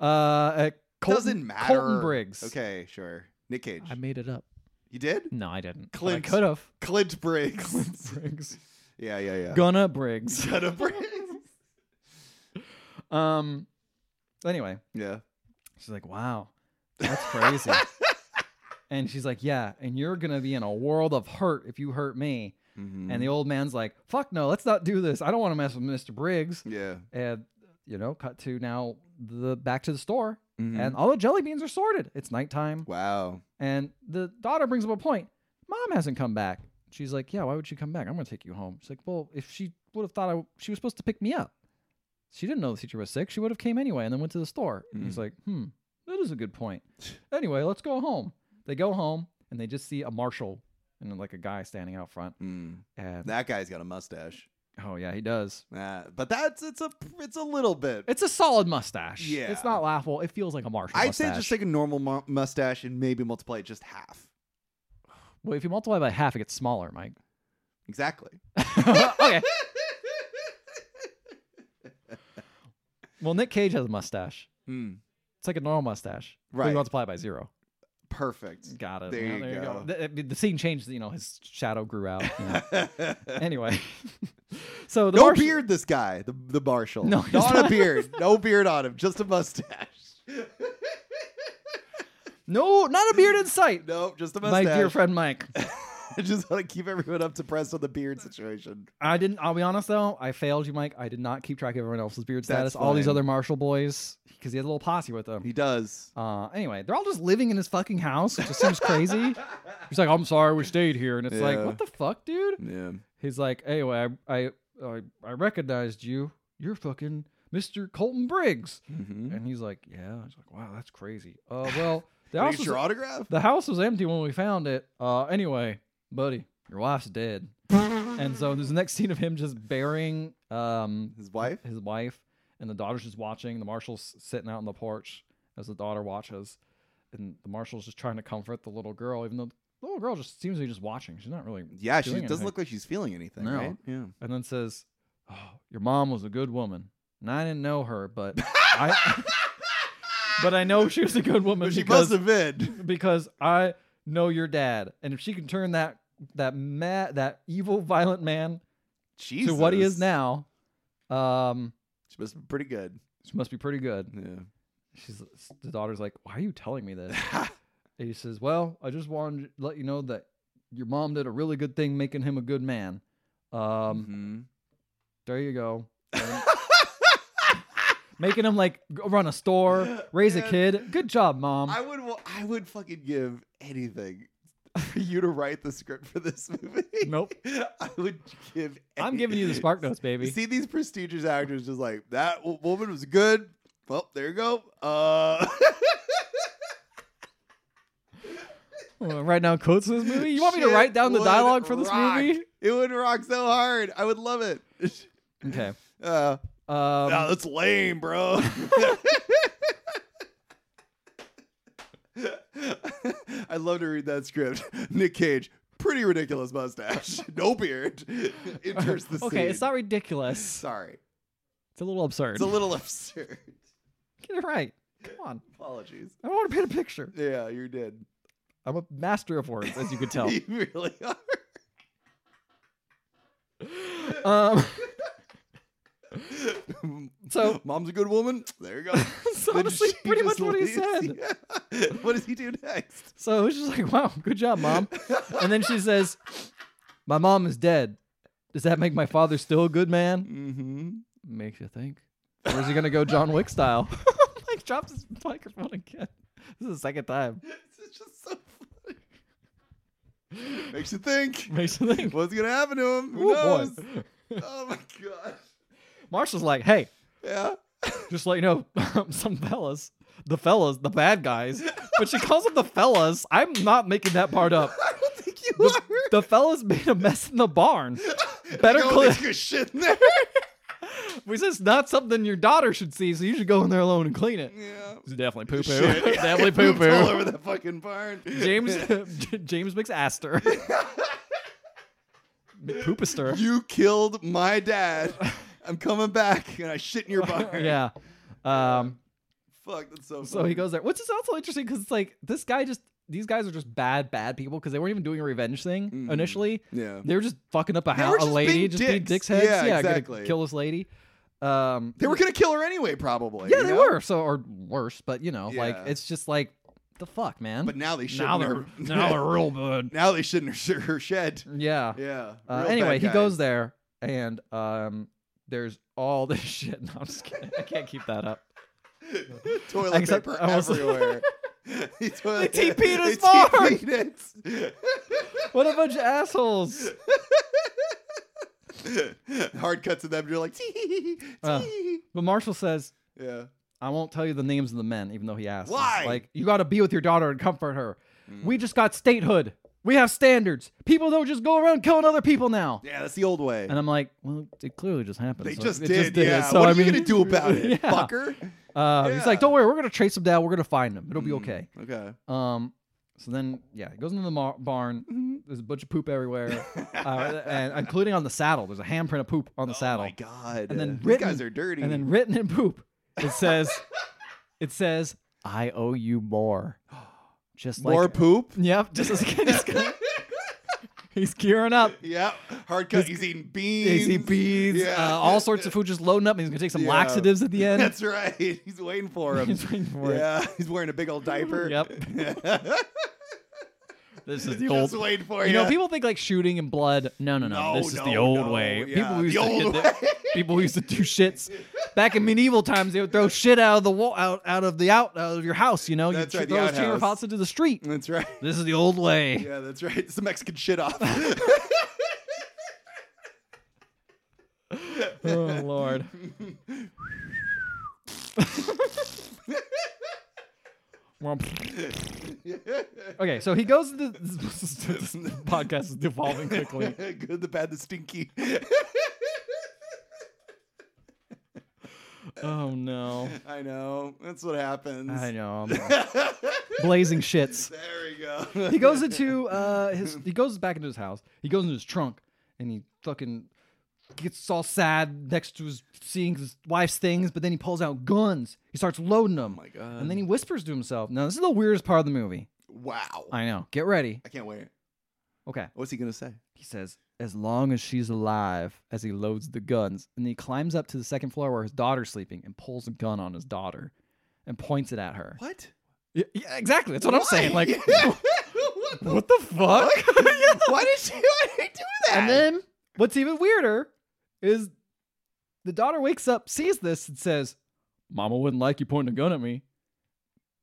Speaker 1: Uh, uh Colton,
Speaker 2: Doesn't matter.
Speaker 1: Colton Briggs.
Speaker 2: Okay, sure. Nick Cage.
Speaker 1: I made it up.
Speaker 2: you did?
Speaker 1: No, I didn't. But
Speaker 2: Clint.
Speaker 1: I could have.
Speaker 2: Clint Briggs.
Speaker 1: Briggs.
Speaker 2: yeah, yeah, yeah.
Speaker 1: Gunna Briggs.
Speaker 2: Son of Briggs.
Speaker 1: Um. Anyway,
Speaker 2: yeah.
Speaker 1: she's like, "Wow, that's crazy." and she's like, "Yeah, and you're gonna be in a world of hurt if you hurt me."
Speaker 2: Mm-hmm.
Speaker 1: And the old man's like, "Fuck no, let's not do this. I don't want to mess with Mister Briggs."
Speaker 2: yeah.
Speaker 1: And you know, cut to now the back to the store,
Speaker 2: Mhm.
Speaker 1: and all the jelly beans are sorted. It's nighttime.
Speaker 2: wow.
Speaker 1: And the daughter brings up a point. Mom hasn't come back. She's like, Yeah, why would she come back? I'm going to take you home. She's like, Well, if she would have thought I, she was supposed to pick me up, she didn't know the teacher was sick. She would have came anyway and then went to the store. And
Speaker 2: Mm-hmm.
Speaker 1: he's like, Hmm, that is a good point. Anyway, let's go home. They go home and they just see a marshal and like a guy standing out front.
Speaker 2: Mm.
Speaker 1: And
Speaker 2: That guy's got a mustache.
Speaker 1: oh, yeah, he does.
Speaker 2: Uh, but that's it's a it's a little bit.
Speaker 1: It's a solid mustache.
Speaker 2: Yeah.
Speaker 1: It's not laughable. It feels like a marshal.
Speaker 2: I'd
Speaker 1: mustache.
Speaker 2: say just take a normal mu- mustache and maybe multiply it just half.
Speaker 1: Well, if you multiply by half, it gets smaller, Mike.
Speaker 2: Exactly.
Speaker 1: okay. Well, Nick Cage has a mustache.
Speaker 2: Mm. Hmm.
Speaker 1: It's like a normal mustache. But
Speaker 2: Right.
Speaker 1: you multiply it by zero.
Speaker 2: Perfect.
Speaker 1: Got it.
Speaker 2: There
Speaker 1: Yeah,
Speaker 2: you go.
Speaker 1: The, I mean, the scene changed. You know, his shadow grew out. you know. anyway, so the
Speaker 2: no
Speaker 1: marshal-
Speaker 2: beard, this guy, the, the marshal.
Speaker 1: No, he's
Speaker 2: not a
Speaker 1: not.
Speaker 2: beard. No beard on him, just a mustache.
Speaker 1: No, not a beard in sight.
Speaker 2: Nope, just a
Speaker 1: My
Speaker 2: mustache.
Speaker 1: dear friend Mike,
Speaker 2: I just want to keep everyone up to press on the beard situation.
Speaker 1: I didn't. I'll be honest though, I failed you, Mike. I did not keep track of everyone else's beard status.
Speaker 2: That's
Speaker 1: All these
Speaker 2: fine.
Speaker 1: other marshal boys, because he had a little posse with him.
Speaker 2: He does.
Speaker 1: Uh, anyway, they're all just living in his fucking house. It just seems crazy. He's like, I'm sorry we stayed here. And it's like,
Speaker 2: Yeah.
Speaker 1: what the fuck, dude?
Speaker 2: Yeah.
Speaker 1: He's like, anyway, I, I, I, I recognized you. You're fucking Mr. Colton Briggs.
Speaker 2: Mm-hmm.
Speaker 1: And he's like, yeah. He's like, wow, that's crazy. Uh, well, the
Speaker 2: Can I
Speaker 1: house,
Speaker 2: get
Speaker 1: was,
Speaker 2: your autograph?
Speaker 1: the house was empty when we found it. Uh, anyway, buddy, your wife's dead. and so there's the next scene of him just burying um,
Speaker 2: His wife?
Speaker 1: his wife, and the daughter's just watching. The marshal's sitting out on the porch as the daughter watches, and the marshal's just trying to comfort the little girl, even though the little girl just seems to be just watching. She's not really.
Speaker 2: Yeah, she
Speaker 1: doing
Speaker 2: doesn't
Speaker 1: anything.
Speaker 2: look like she's feeling anything,
Speaker 1: No.
Speaker 2: right? Yeah.
Speaker 1: And then says, "Oh, your mom was a good woman, and I didn't know her, but I, but I know she was a good woman
Speaker 2: But she
Speaker 1: because
Speaker 2: must have been.
Speaker 1: because I know your dad, and if she can turn that that mad that evil violent man
Speaker 2: Jesus.
Speaker 1: to what he is now, um,
Speaker 2: She must have been pretty good.
Speaker 1: she must be pretty good."
Speaker 2: Yeah.
Speaker 1: she's the daughter's like, "Why are you telling me this?" and he says, "Well, I just wanted to let you know that your mom did a really good thing making him a good man. Um,
Speaker 2: Mhm.
Speaker 1: there you go, And- making him like go run a store, raise a
Speaker 2: Man.
Speaker 1: kid. Um, Good job, mom."
Speaker 2: I would wa- I would fucking give anything for you to write the script for this movie.
Speaker 1: Nope.
Speaker 2: I would give
Speaker 1: I'm
Speaker 2: any-
Speaker 1: giving you the spark notes, baby.
Speaker 2: See these prestigious actors just like that w- woman was good. Well, there you go. Uh
Speaker 1: Wanna write down quotes in this movie. You want me to
Speaker 2: Shit
Speaker 1: write down the
Speaker 2: would
Speaker 1: dialogue for this
Speaker 2: rock.
Speaker 1: movie?
Speaker 2: It would rock so hard. I would love it.
Speaker 1: Okay.
Speaker 2: Uh,
Speaker 1: Um,
Speaker 2: nah, that's lame, bro. I'd love to read that script. Nick Cage, pretty ridiculous mustache, no beard. Enters the
Speaker 1: okay,
Speaker 2: scene.
Speaker 1: it's not ridiculous.
Speaker 2: Sorry,
Speaker 1: It's a little absurd.
Speaker 2: it's a little absurd.
Speaker 1: Get it right. Come on.
Speaker 2: Apologies.
Speaker 1: I want to paint a picture.
Speaker 2: Yeah, you did.
Speaker 1: I'm a master of words, as you can tell.
Speaker 2: You really are.
Speaker 1: um, So-
Speaker 2: mom's a good woman. There you go.
Speaker 1: That's
Speaker 2: Then
Speaker 1: honestly
Speaker 2: she
Speaker 1: pretty much
Speaker 2: just
Speaker 1: what he
Speaker 2: leaves.
Speaker 1: said.
Speaker 2: Yeah. What does he do next?
Speaker 1: So it was just like, wow, good job, mom. Um, and then she says, My mom is dead. Does that make my father still a good man?
Speaker 2: Mm-hmm.
Speaker 1: Makes you think. Or is he gonna go John Wick style? Mike drops his microphone again. This is the second time.
Speaker 2: It's just so funny. Makes you think.
Speaker 1: Makes you think.
Speaker 2: What's gonna happen to him? Who
Speaker 1: Oh
Speaker 2: knows?
Speaker 1: boy.
Speaker 2: Oh my gosh.
Speaker 1: Marshall's like, hey,
Speaker 2: Yeah.
Speaker 1: just let you know, some fellas, the fellas, the bad guys. But she calls them the fellas. I'm not making that part up.
Speaker 2: I don't think you
Speaker 1: The,
Speaker 2: are.
Speaker 1: the fellas made a mess in the barn. better
Speaker 2: Go
Speaker 1: clear-
Speaker 2: take a shit in there.
Speaker 1: We said it's not something your daughter should see, so you should go in there alone and clean it.
Speaker 2: yeah.
Speaker 1: It's definitely poo poo.
Speaker 2: Shit. Yeah,
Speaker 1: definitely
Speaker 2: it
Speaker 1: poo
Speaker 2: pooped All
Speaker 1: poo.
Speaker 2: over that fucking barn.
Speaker 1: James James McAster. Poopister.
Speaker 2: you killed my dad. I'm coming back, and I shit in your barn.
Speaker 1: yeah. Um,
Speaker 2: Fuck. That's so.
Speaker 1: so he goes there, which is also interesting because it's like this guy just these guys are just bad bad people because they weren't even doing a revenge thing
Speaker 2: Mhm.
Speaker 1: initially.
Speaker 2: Yeah.
Speaker 1: They were just fucking up a
Speaker 2: They
Speaker 1: house,
Speaker 2: were
Speaker 1: a
Speaker 2: just
Speaker 1: lady,
Speaker 2: being
Speaker 1: just being
Speaker 2: dicks.
Speaker 1: dickheads.
Speaker 2: Yeah,
Speaker 1: gonna
Speaker 2: exactly.
Speaker 1: Kill this lady. Um,
Speaker 2: They were gonna kill her anyway, probably.
Speaker 1: yeah,
Speaker 2: you
Speaker 1: they
Speaker 2: know?
Speaker 1: were so or worse, but you know, like
Speaker 2: Yeah.
Speaker 1: it's just like the fuck, man.
Speaker 2: But now they shit
Speaker 1: now
Speaker 2: in
Speaker 1: they're
Speaker 2: her.
Speaker 1: now they're real good.
Speaker 2: now they shit in her, her shed.
Speaker 1: Yeah.
Speaker 2: Yeah.
Speaker 1: Uh,
Speaker 2: real
Speaker 1: anyway,
Speaker 2: bad
Speaker 1: he
Speaker 2: guy.
Speaker 1: goes there, and um, there's all this shit. No, I'm just kidding. I can't keep that up.
Speaker 2: toilet
Speaker 1: I guess I-
Speaker 2: paper
Speaker 1: I almost-
Speaker 2: everywhere. He toilet-
Speaker 1: They TP'd his
Speaker 2: they
Speaker 1: farm!
Speaker 2: TP'd
Speaker 1: What a bunch of assholes!
Speaker 2: it. Hard cuts to them. You're like, tee
Speaker 1: Uh.
Speaker 2: tee.
Speaker 1: But Marshall says,
Speaker 2: yeah.
Speaker 1: "I won't tell you the names of the men, even though he asked.
Speaker 2: Why? Mm.
Speaker 1: Like, you got to be with your daughter and comfort her. We just got statehood. We have standards. People don't just go around killing other people now."
Speaker 2: Yeah, that's the old way.
Speaker 1: And I'm like, well, it clearly just happened.
Speaker 2: they
Speaker 1: So
Speaker 2: just,
Speaker 1: it
Speaker 2: did, Yeah.
Speaker 1: So
Speaker 2: what
Speaker 1: I
Speaker 2: are you
Speaker 1: mean-
Speaker 2: gonna do about it,
Speaker 1: Yeah.
Speaker 2: fucker?
Speaker 1: Uh, He's like,
Speaker 2: Yeah.
Speaker 1: don't worry, we're gonna trace him down. We're gonna find him. It'll be
Speaker 2: Mm,
Speaker 1: okay.
Speaker 2: Okay.
Speaker 1: Um, so then, yeah, he goes into the mar- barn. There's a bunch of poop everywhere, uh, and including on the saddle. There's a handprint of poop on the
Speaker 2: Oh
Speaker 1: saddle,
Speaker 2: my god.
Speaker 1: And then
Speaker 2: These
Speaker 1: written-
Speaker 2: guys are dirty.
Speaker 1: and then written in poop, it says, "It says I owe you more." Just
Speaker 2: More
Speaker 1: like
Speaker 2: poop.
Speaker 1: Yep, just as he's, gonna- he's gearing up.
Speaker 2: Yeah, hard cut. He's, eating beans.
Speaker 1: He's eating beans,
Speaker 2: Yeah.
Speaker 1: uh, all sorts of food, just loading up. And he's gonna take some
Speaker 2: Yeah.
Speaker 1: laxatives at the end.
Speaker 2: That's right. He's waiting for him.
Speaker 1: He's waiting for it.
Speaker 2: yeah, he's wearing a big old diaper.
Speaker 1: Yep. This is the
Speaker 2: Just
Speaker 1: old.
Speaker 2: waiting for
Speaker 1: You know,
Speaker 2: ya.
Speaker 1: people think like shooting and blood. No, no, no.
Speaker 2: No,
Speaker 1: this is the
Speaker 2: no,
Speaker 1: old
Speaker 2: no,
Speaker 1: way. People
Speaker 2: yeah,
Speaker 1: who used
Speaker 2: the
Speaker 1: to
Speaker 2: old
Speaker 1: get the-
Speaker 2: way.
Speaker 1: people who used to do shits back in medieval times. They would throw shit out of the wall, out out of the out, out of your house. You know,
Speaker 2: That's
Speaker 1: you
Speaker 2: right, the
Speaker 1: throw those chamber
Speaker 2: outhouse.
Speaker 1: pots into the street.
Speaker 2: That's right.
Speaker 1: This is the old way.
Speaker 2: Yeah, that's right. It's the Mexican shit off.
Speaker 1: Oh lord. Well, okay, so he goes to this, this podcast is devolving quickly.
Speaker 2: Good, the bad, the stinky.
Speaker 1: Oh no.
Speaker 2: I know. That's what happens.
Speaker 1: I know. I'm- blazing shits.
Speaker 2: There we go.
Speaker 1: He goes into uh his he goes back into his house. He goes into his trunk and he fucking gets all sad next to his seeing his wife's things, but then he pulls out guns. He starts loading them.
Speaker 2: Oh my God.
Speaker 1: And then he whispers to himself. Now this is the weirdest part of the movie.
Speaker 2: wow. I,
Speaker 1: I know. Get ready.
Speaker 2: can't wait.
Speaker 1: Okay.
Speaker 2: What's he gonna say?
Speaker 1: He says, as long as she's alive, as he loads the guns. And he climbs up to the second floor where his daughter's sleeping and pulls a gun on his daughter and points it at her.
Speaker 2: What?
Speaker 1: Yeah, yeah, exactly. That's what I'm saying. Like,
Speaker 2: what the
Speaker 1: what the fuck? Yeah.
Speaker 2: Why did she? Why did he do that?
Speaker 1: And then what's even weirder is the daughter wakes up, sees this, and says, Mama wouldn't like you pointing a gun at me.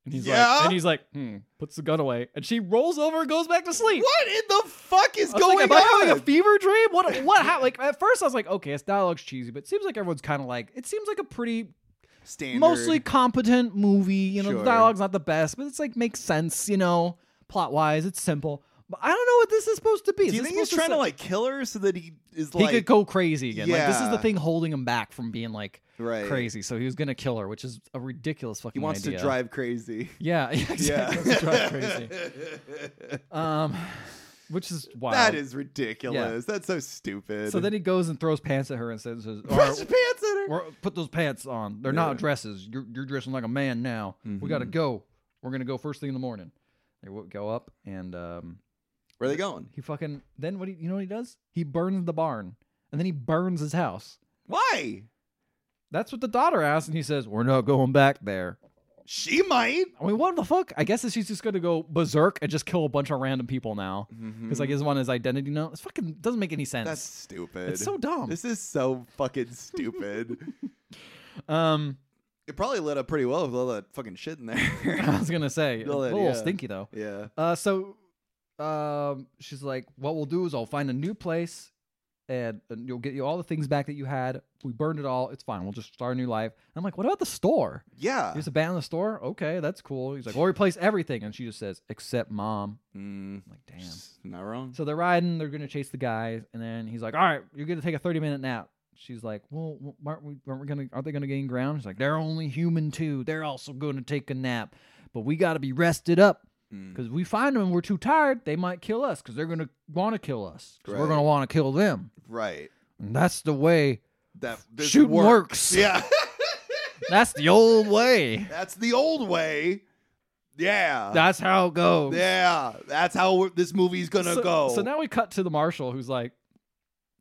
Speaker 1: And he's
Speaker 2: Yeah?
Speaker 1: like, and he's like, hmm, puts the gun away. And she rolls over and goes back to sleep.
Speaker 2: what in the fuck
Speaker 1: I
Speaker 2: is
Speaker 1: was like,
Speaker 2: going
Speaker 1: Am I
Speaker 2: on?
Speaker 1: having a fever dream? What? What? How, like at first, I was like, okay, it's dialogue's cheesy, but it seems like everyone's kind of like it seems like a pretty
Speaker 2: Standard.
Speaker 1: mostly competent movie. You know,
Speaker 2: Sure.
Speaker 1: the dialogue's not the best, but it's like makes sense. You know, plot wise, it's simple. But I don't know what this is supposed to be.
Speaker 2: Do
Speaker 1: Is
Speaker 2: you
Speaker 1: this
Speaker 2: think he's
Speaker 1: supposed
Speaker 2: trying to
Speaker 1: se-
Speaker 2: like kill her so that he is
Speaker 1: He
Speaker 2: like
Speaker 1: could go crazy again. Like this is the
Speaker 2: Yeah.
Speaker 1: thing holding him back from being like
Speaker 2: right?
Speaker 1: crazy. So he was gonna kill her, which is a ridiculous
Speaker 2: He
Speaker 1: fucking.
Speaker 2: wants
Speaker 1: idea.
Speaker 2: to drive crazy.
Speaker 1: Yeah, yeah,
Speaker 2: Yeah,
Speaker 1: exactly. Wants to drive crazy. Um, which is wild.
Speaker 2: That is ridiculous. That's so stupid.
Speaker 1: So then he goes and throws pants at her and says, or-
Speaker 2: puts his pants in her.
Speaker 1: Or put those pants on. They're not
Speaker 2: Yeah. Mm-hmm.
Speaker 1: dresses. You're, you're dressing like a man now. We got to go. We're going to go first thing in the morning. They wo- go up and um,
Speaker 2: Where are they going?
Speaker 1: he fucking, then what, he, you know what he does? He burns the barn and then he burns his house.
Speaker 2: Why?
Speaker 1: That's what the daughter asks. And he says, We're not going back there.
Speaker 2: She might.
Speaker 1: I mean, what the fuck? I guess that she's just going to go berserk and just kill a bunch of random people now. Because Mm-hmm. like his one his identity now. It's fucking doesn't make any sense.
Speaker 2: Mm. Mm-hmm. That's stupid.
Speaker 1: it's so dumb.
Speaker 2: This is so fucking stupid.
Speaker 1: Um,
Speaker 2: it probably lit up pretty well with all that fucking shit in
Speaker 1: I
Speaker 2: there.
Speaker 1: was gonna say a
Speaker 2: Go ahead,
Speaker 1: little
Speaker 2: yeah.
Speaker 1: stinky though.
Speaker 2: yeah.
Speaker 1: Uh, so, um, she's like, "What we'll do is I'll find a new place, and, and you'll get you all the things back that you had. We burned it all. It's fine. We'll just start a new life." And I'm like, "What about the store?
Speaker 2: Yeah.
Speaker 1: You just abandon the store? Okay, that's cool." He's like, "We'll replace everything," and she just says, "Except mom."
Speaker 2: Mm,
Speaker 1: I'm like, damn.
Speaker 2: she's Not wrong.
Speaker 1: So they're riding. They're gonna chase the guys, and then he's like, "All right, you're gonna take a 30 minute nap." She's like, "Well, w- aren't we? Aren't we gonna? Aren't they gonna gain ground?" He's like, "They're only human too. They're also gonna take a nap, but we gotta be rested up."
Speaker 2: Mm.
Speaker 1: Because if we find them and we're too tired, they might kill us because they're going to want to kill us. 'Cause We're
Speaker 2: Right.
Speaker 1: going to want to kill them.
Speaker 2: Right.
Speaker 1: And that's the way.
Speaker 2: That this
Speaker 1: Shooting
Speaker 2: works.
Speaker 1: works.
Speaker 2: Yeah.
Speaker 1: That's the old way.
Speaker 2: That's the old way. Yeah.
Speaker 1: That's how it goes.
Speaker 2: yeah. That's how we're- this movie's gonna
Speaker 1: so,
Speaker 2: go.
Speaker 1: So now we cut to the marshal who's like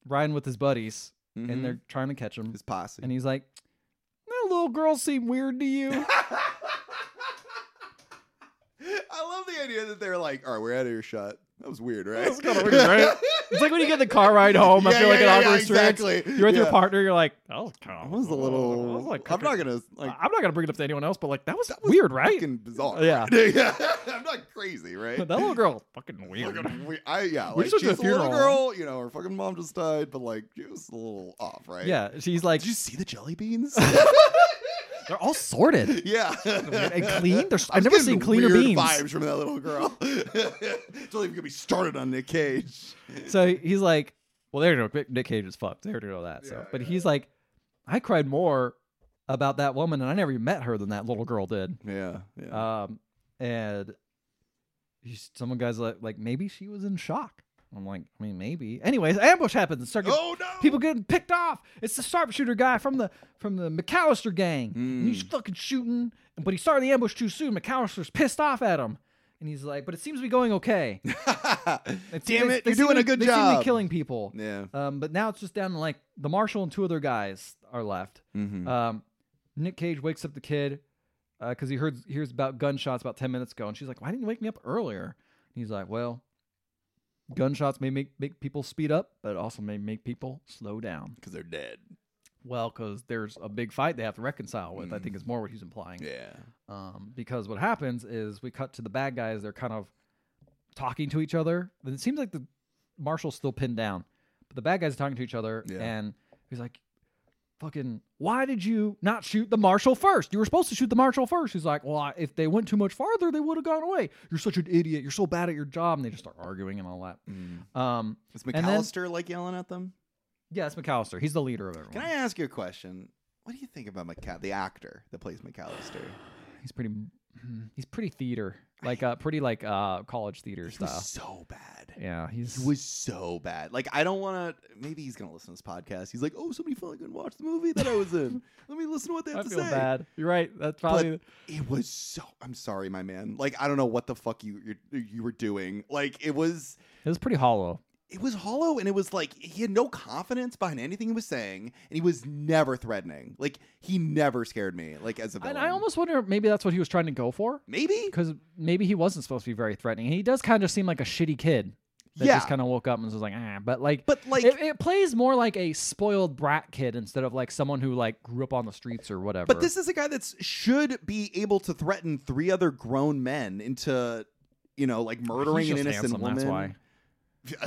Speaker 1: riding with his buddies
Speaker 2: Mhm.
Speaker 1: and they're trying to catch him.
Speaker 2: his posse.
Speaker 1: And he's like, that little girl seemed weird to you.
Speaker 2: I love the idea that they're like, all right, we're out of your shot. That was weird, right?
Speaker 1: That's kinda weird, right? it's like when you get in the car ride home. I
Speaker 2: Yeah,
Speaker 1: feel like
Speaker 2: yeah,
Speaker 1: an
Speaker 2: yeah,
Speaker 1: awkward
Speaker 2: yeah,
Speaker 1: experience.
Speaker 2: Exactly.
Speaker 1: You're with your
Speaker 2: Yeah.
Speaker 1: partner. You're like, that was kind
Speaker 2: That
Speaker 1: of.
Speaker 2: was a little. I'm not gonna like.
Speaker 1: I'm not gonna bring it up to anyone else, but like that was,
Speaker 2: That was
Speaker 1: weird, right?
Speaker 2: Fucking bizarre.
Speaker 1: Yeah.
Speaker 2: I'm not crazy, right?
Speaker 1: That little girl, fucking weird.
Speaker 2: Fucking we- I, yeah,
Speaker 1: We
Speaker 2: like,
Speaker 1: just went to
Speaker 2: she's
Speaker 1: a
Speaker 2: a little
Speaker 1: funeral.
Speaker 2: girl, you know, her fucking mom just died, but like, she was a little off, right?
Speaker 1: Yeah, she's like,
Speaker 2: Did you see the jelly beans?
Speaker 1: they're all sorted
Speaker 2: yeah.
Speaker 1: and clean. There's,
Speaker 2: I'm
Speaker 1: I've never
Speaker 2: getting
Speaker 1: seen cleaner
Speaker 2: weird
Speaker 1: beans.
Speaker 2: vibes from that little girl. Don't even get me started on Nick Cage.
Speaker 1: So he's like, well, there you go. Nick Cage is fucked. There you go. That. So,
Speaker 2: Yeah,
Speaker 1: but
Speaker 2: yeah.
Speaker 1: he's like, I cried more about that woman, and I never even met her than that little girl did.
Speaker 2: Yeah, yeah.
Speaker 1: Um, and he's, someone guys like, like maybe she was in shock. I'm like, I mean, maybe. Anyways, ambush happens. And start getting-
Speaker 2: oh no!
Speaker 1: People getting picked off. It's the sharpshooter guy from the from the
Speaker 2: Hmm.
Speaker 1: McAllister gang. And he's fucking shooting, but he started the ambush too soon. McAllister's pissed off at him. and he's like, but it seems to be going okay. It seems-
Speaker 2: Damn
Speaker 1: they-
Speaker 2: it,
Speaker 1: they
Speaker 2: you're
Speaker 1: seem
Speaker 2: doing
Speaker 1: to-
Speaker 2: a good
Speaker 1: they seem to be
Speaker 2: job.
Speaker 1: killing people.
Speaker 2: Yeah.
Speaker 1: Um, but now it's just down to like the marshal and two other guys are left.
Speaker 2: Mm-hmm.
Speaker 1: Um, Nick Cage wakes up the kid because he heard hears about gunshots about ten minutes ago, and she's like, "Why didn't you wake me up earlier?" And he's like, "Well, gunshots may make make people speed up, but it also may make people slow down.
Speaker 2: Because they're dead.
Speaker 1: Well, because there's a big fight they have to reconcile with. I think is more what he's implying.
Speaker 2: Yeah.
Speaker 1: Um, because what happens is we cut to the bad guys. They're kind of talking to each other. But it seems like the marshal's still pinned down, but the bad guys are talking to each other.
Speaker 2: Yeah.
Speaker 1: And he's like, "Fucking, why did you not shoot the marshal first? You were supposed to shoot the marshal first. He's like, "Well, I, if they went too much farther, they would have gone away. You're such an idiot. You're so bad at your job." And they just start arguing and all that.
Speaker 2: Mm.
Speaker 1: Um,
Speaker 2: Is
Speaker 1: And then-
Speaker 2: McAllister like yelling at them?
Speaker 1: yeah, it's McAllister. He's the leader of everyone.
Speaker 2: Can I ask you a question? What do you think about McCall- the actor that plays McAllister?
Speaker 1: He's pretty. He's pretty theater, like uh, pretty like uh, college theater
Speaker 2: He was
Speaker 1: style.
Speaker 2: so bad.
Speaker 1: Yeah, he's
Speaker 2: He was so bad. Like I don't want to. Maybe he's gonna listen to this podcast. He's like, "Oh, somebody finally can watch the movie that I was in. Let me listen to what they have
Speaker 1: I
Speaker 2: to
Speaker 1: feel
Speaker 2: say."
Speaker 1: bad. You're right. That's probably
Speaker 2: It was so. I'm sorry, my man. Like I don't know what the fuck you you you were doing. Like it was
Speaker 1: it was pretty hollow.
Speaker 2: it was hollow, and it was like he had no confidence behind anything he was saying, and he was never threatening. Like he never scared me. Like as a villain.
Speaker 1: And I almost wonder if maybe that's what he was trying to go for
Speaker 2: maybe
Speaker 1: because maybe he wasn't supposed to be very threatening. He does kind of seem like a shitty kid that
Speaker 2: yeah,
Speaker 1: just kind of woke up and was like, ah. But like,
Speaker 2: but like
Speaker 1: it, it plays more like a spoiled brat kid instead of like someone who like grew up on the streets or whatever.
Speaker 2: But this is a guy that should be able to threaten three other grown men into, you know, like
Speaker 1: He's
Speaker 2: murdering an
Speaker 1: just
Speaker 2: innocent
Speaker 1: handsome,
Speaker 2: woman.
Speaker 1: That's why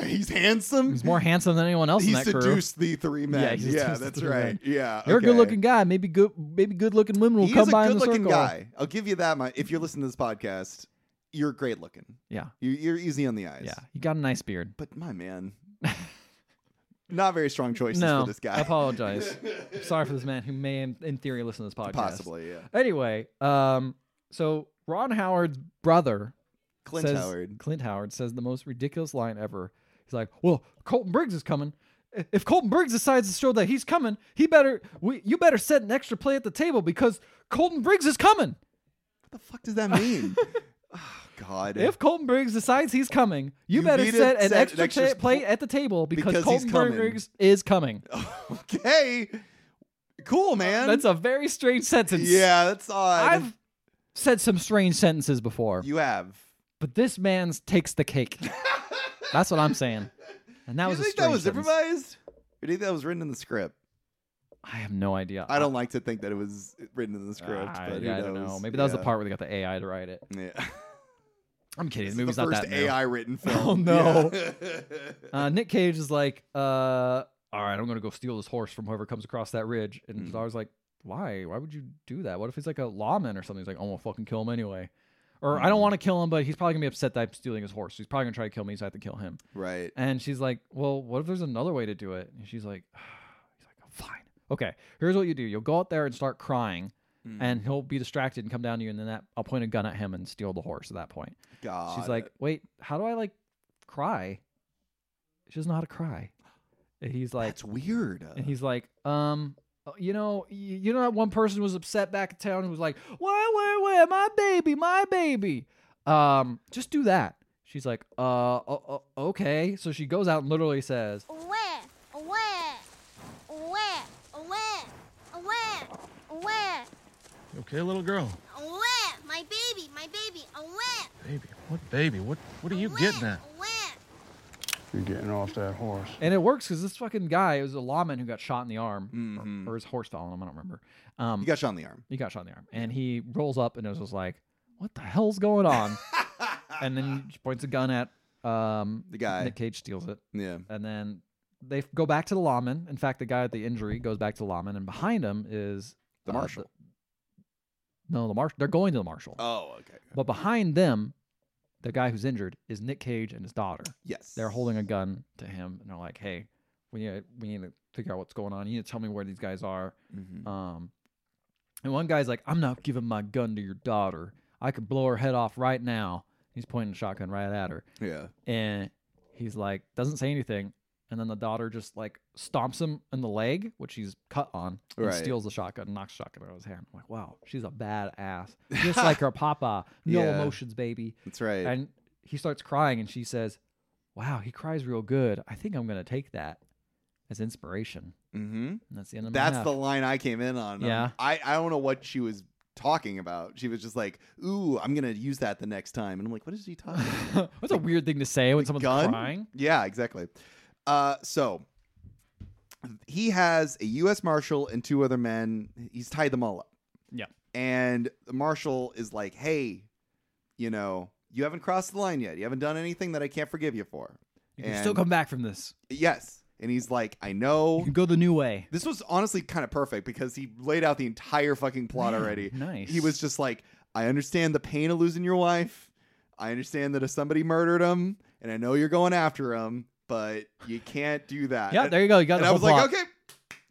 Speaker 2: He's handsome.
Speaker 1: he's more handsome than anyone else
Speaker 2: he
Speaker 1: in that crew.
Speaker 2: seduced the three men.
Speaker 1: he
Speaker 2: Yeah,
Speaker 1: seduced the
Speaker 2: that's
Speaker 1: three
Speaker 2: right.
Speaker 1: men.
Speaker 2: Yeah,
Speaker 1: You're a
Speaker 2: okay.
Speaker 1: good-looking guy. Maybe good, maybe good-looking women will
Speaker 2: He
Speaker 1: come
Speaker 2: is a
Speaker 1: by in the
Speaker 2: good-looking
Speaker 1: circle.
Speaker 2: guy. I'll give you that. My, if you're listening to this podcast, you're great looking.
Speaker 1: Yeah,
Speaker 2: You're, you're easy on the eyes.
Speaker 1: yeah. You got a nice beard.
Speaker 2: But my man, not very strong choices
Speaker 1: no,
Speaker 2: for this guy.
Speaker 1: I apologize. I'm sorry for this man who may, in in theory, listen to this podcast.
Speaker 2: Possibly, yeah.
Speaker 1: Anyway, um, so Ron Howard's brother,
Speaker 2: Clint
Speaker 1: says-
Speaker 2: Howard.
Speaker 1: Clint Howard, says the most ridiculous line ever. He's like, "Well, Colton Briggs is coming. I- If Colton Briggs decides to show that he's coming, he better we, you better set an extra play at the table because Colton Briggs is coming.
Speaker 2: What the fuck does that mean? oh, God.
Speaker 1: If Colton Briggs decides he's coming, you,
Speaker 2: You
Speaker 1: better
Speaker 2: need to
Speaker 1: set an
Speaker 2: set an
Speaker 1: extra,
Speaker 2: extra
Speaker 1: ta-
Speaker 2: sp-
Speaker 1: plate at the table because,
Speaker 2: because he's
Speaker 1: Colton
Speaker 2: coming.
Speaker 1: Briggs is coming.
Speaker 2: okay. Cool, man.
Speaker 1: Uh, That's a very strange sentence.
Speaker 2: yeah, that's odd.
Speaker 1: I've said some strange sentences before.
Speaker 2: you have.
Speaker 1: but this man's takes the cake. That's what I'm saying. And that
Speaker 2: you
Speaker 1: was a
Speaker 2: think
Speaker 1: strange
Speaker 2: that was
Speaker 1: sentence.
Speaker 2: improvised? Or do you think that was written in the script?
Speaker 1: I have no idea.
Speaker 2: I don't like to think that it was written in the
Speaker 1: I-
Speaker 2: script,
Speaker 1: I,
Speaker 2: but who
Speaker 1: I don't
Speaker 2: knows?
Speaker 1: know. Maybe that was the
Speaker 2: Yeah.
Speaker 1: part where they got the AI to write it.
Speaker 2: Yeah.
Speaker 1: I'm kidding.
Speaker 2: This
Speaker 1: The
Speaker 2: is
Speaker 1: movie's
Speaker 2: the
Speaker 1: not
Speaker 2: first
Speaker 1: that new.
Speaker 2: AI written film.
Speaker 1: Oh, no.
Speaker 2: Yeah.
Speaker 1: Uh, Nick Cage is like, uh, all right, I'm gonna go steal this horse from whoever comes across that ridge. And
Speaker 2: Mm.
Speaker 1: Zdar's like, why? Why would you do that? What if he's like a lawman or something? He's like, I'm gonna fucking kill him anyway. Or I don't
Speaker 2: Mm.
Speaker 1: want to kill him, but he's probably gonna be upset that I'm stealing his horse. He's probably gonna try to kill me, so I have to kill him.
Speaker 2: right.
Speaker 1: And she's like, "Well, what if there's another way to do it?" And she's like, "He's like, fine, okay. Here's what you do: you'll go out there and start crying,
Speaker 2: Mm.
Speaker 1: and he'll be distracted and come down to you, and then that I'll point a gun at him and steal the horse. At that point,
Speaker 2: God.
Speaker 1: she's like, "Wait, how do I like cry?" She doesn't know how to cry. And he's like,
Speaker 2: that's weird.
Speaker 1: and he's like, um, you know, y- you know that one person was upset back in town who was like, where, where, where, my baby, my baby. Um, just do that. She's like, uh, o- o- okay. So she goes out and literally says,
Speaker 3: Where? Where? Where? Where? Where? Where?
Speaker 4: Okay, little girl.
Speaker 3: Where? My baby, my baby, where?
Speaker 4: Baby, what baby? What what are you
Speaker 3: Where?
Speaker 4: getting at?
Speaker 3: Where?
Speaker 5: You're getting off that horse.
Speaker 1: and it works because this fucking guy it was a lawman who got shot in the arm,
Speaker 2: Mhm.
Speaker 1: or, or his horse fell on him. I don't remember. Um,
Speaker 2: you got shot in the arm.
Speaker 1: he got shot in the arm, and he rolls up and is just like, what the hell's going on? and then he points a gun at um,
Speaker 2: The guy.
Speaker 1: Nick Cage steals it.
Speaker 2: Yeah.
Speaker 1: and then they f- go back to the lawman. In fact, the guy at the injury goes back to the lawman, and behind him is
Speaker 2: The
Speaker 1: uh,
Speaker 2: marshal.
Speaker 1: no, the marshal. They're going to the marshal,
Speaker 2: Oh, okay.
Speaker 1: but behind them, the guy who's injured is Nick Cage and his daughter.
Speaker 2: Yes.
Speaker 1: They're holding a gun to him, and they're like, "Hey, we need we need to figure out what's going on. You need to tell me where these guys are."
Speaker 2: Mhm.
Speaker 1: Um, and one guy's like, "I'm not giving my gun to your daughter. I could blow her head off right now." He's pointing a shotgun right at her
Speaker 2: Yeah.
Speaker 1: and he's like doesn't say anything and then the daughter just like stomps him in the leg, which he's cut on, and
Speaker 2: Right.
Speaker 1: steals the shotgun, and knocks the shotgun out of his hand. I'm like, wow, she's a badass, just like her papa. No
Speaker 2: Yeah.
Speaker 1: emotions, baby.
Speaker 2: That's right.
Speaker 1: And he starts crying, and she says, "Wow, he cries real good. I think I'm gonna take that as inspiration."
Speaker 2: mm-hmm.
Speaker 1: And that's the end of
Speaker 2: That's
Speaker 1: my half.
Speaker 2: the line I came in on. Um,
Speaker 1: Yeah.
Speaker 2: I, I don't know what she was talking about. She was just like, ooh, I'm going to use that the next time. And I'm like, what is she talking about?
Speaker 1: That's a weird thing to say when someone's
Speaker 2: gun?
Speaker 1: crying.
Speaker 2: Yeah, exactly. Uh, so he has a U.S. Marshal and two other men. He's tied them all up.
Speaker 1: Yeah.
Speaker 2: And the Marshal is like, hey, you know, you haven't crossed the line yet. You haven't done anything that I can't forgive you for.
Speaker 1: You can still
Speaker 2: And- Oh.
Speaker 1: come back from this.
Speaker 2: Yes. And he's like, I
Speaker 1: You
Speaker 2: know.
Speaker 1: can go the new way.
Speaker 2: This was honestly kind of perfect because he laid out the entire fucking plot
Speaker 1: Man,
Speaker 2: already.
Speaker 1: nice.
Speaker 2: He was just like, I understand the pain of losing your wife. I understand that if somebody murdered him, and I know you're going after him, but you can't do that.
Speaker 1: Yeah,
Speaker 2: And-
Speaker 1: there you go. You got
Speaker 2: and
Speaker 1: the
Speaker 2: I
Speaker 1: whole
Speaker 2: was
Speaker 1: plot.
Speaker 2: like, okay,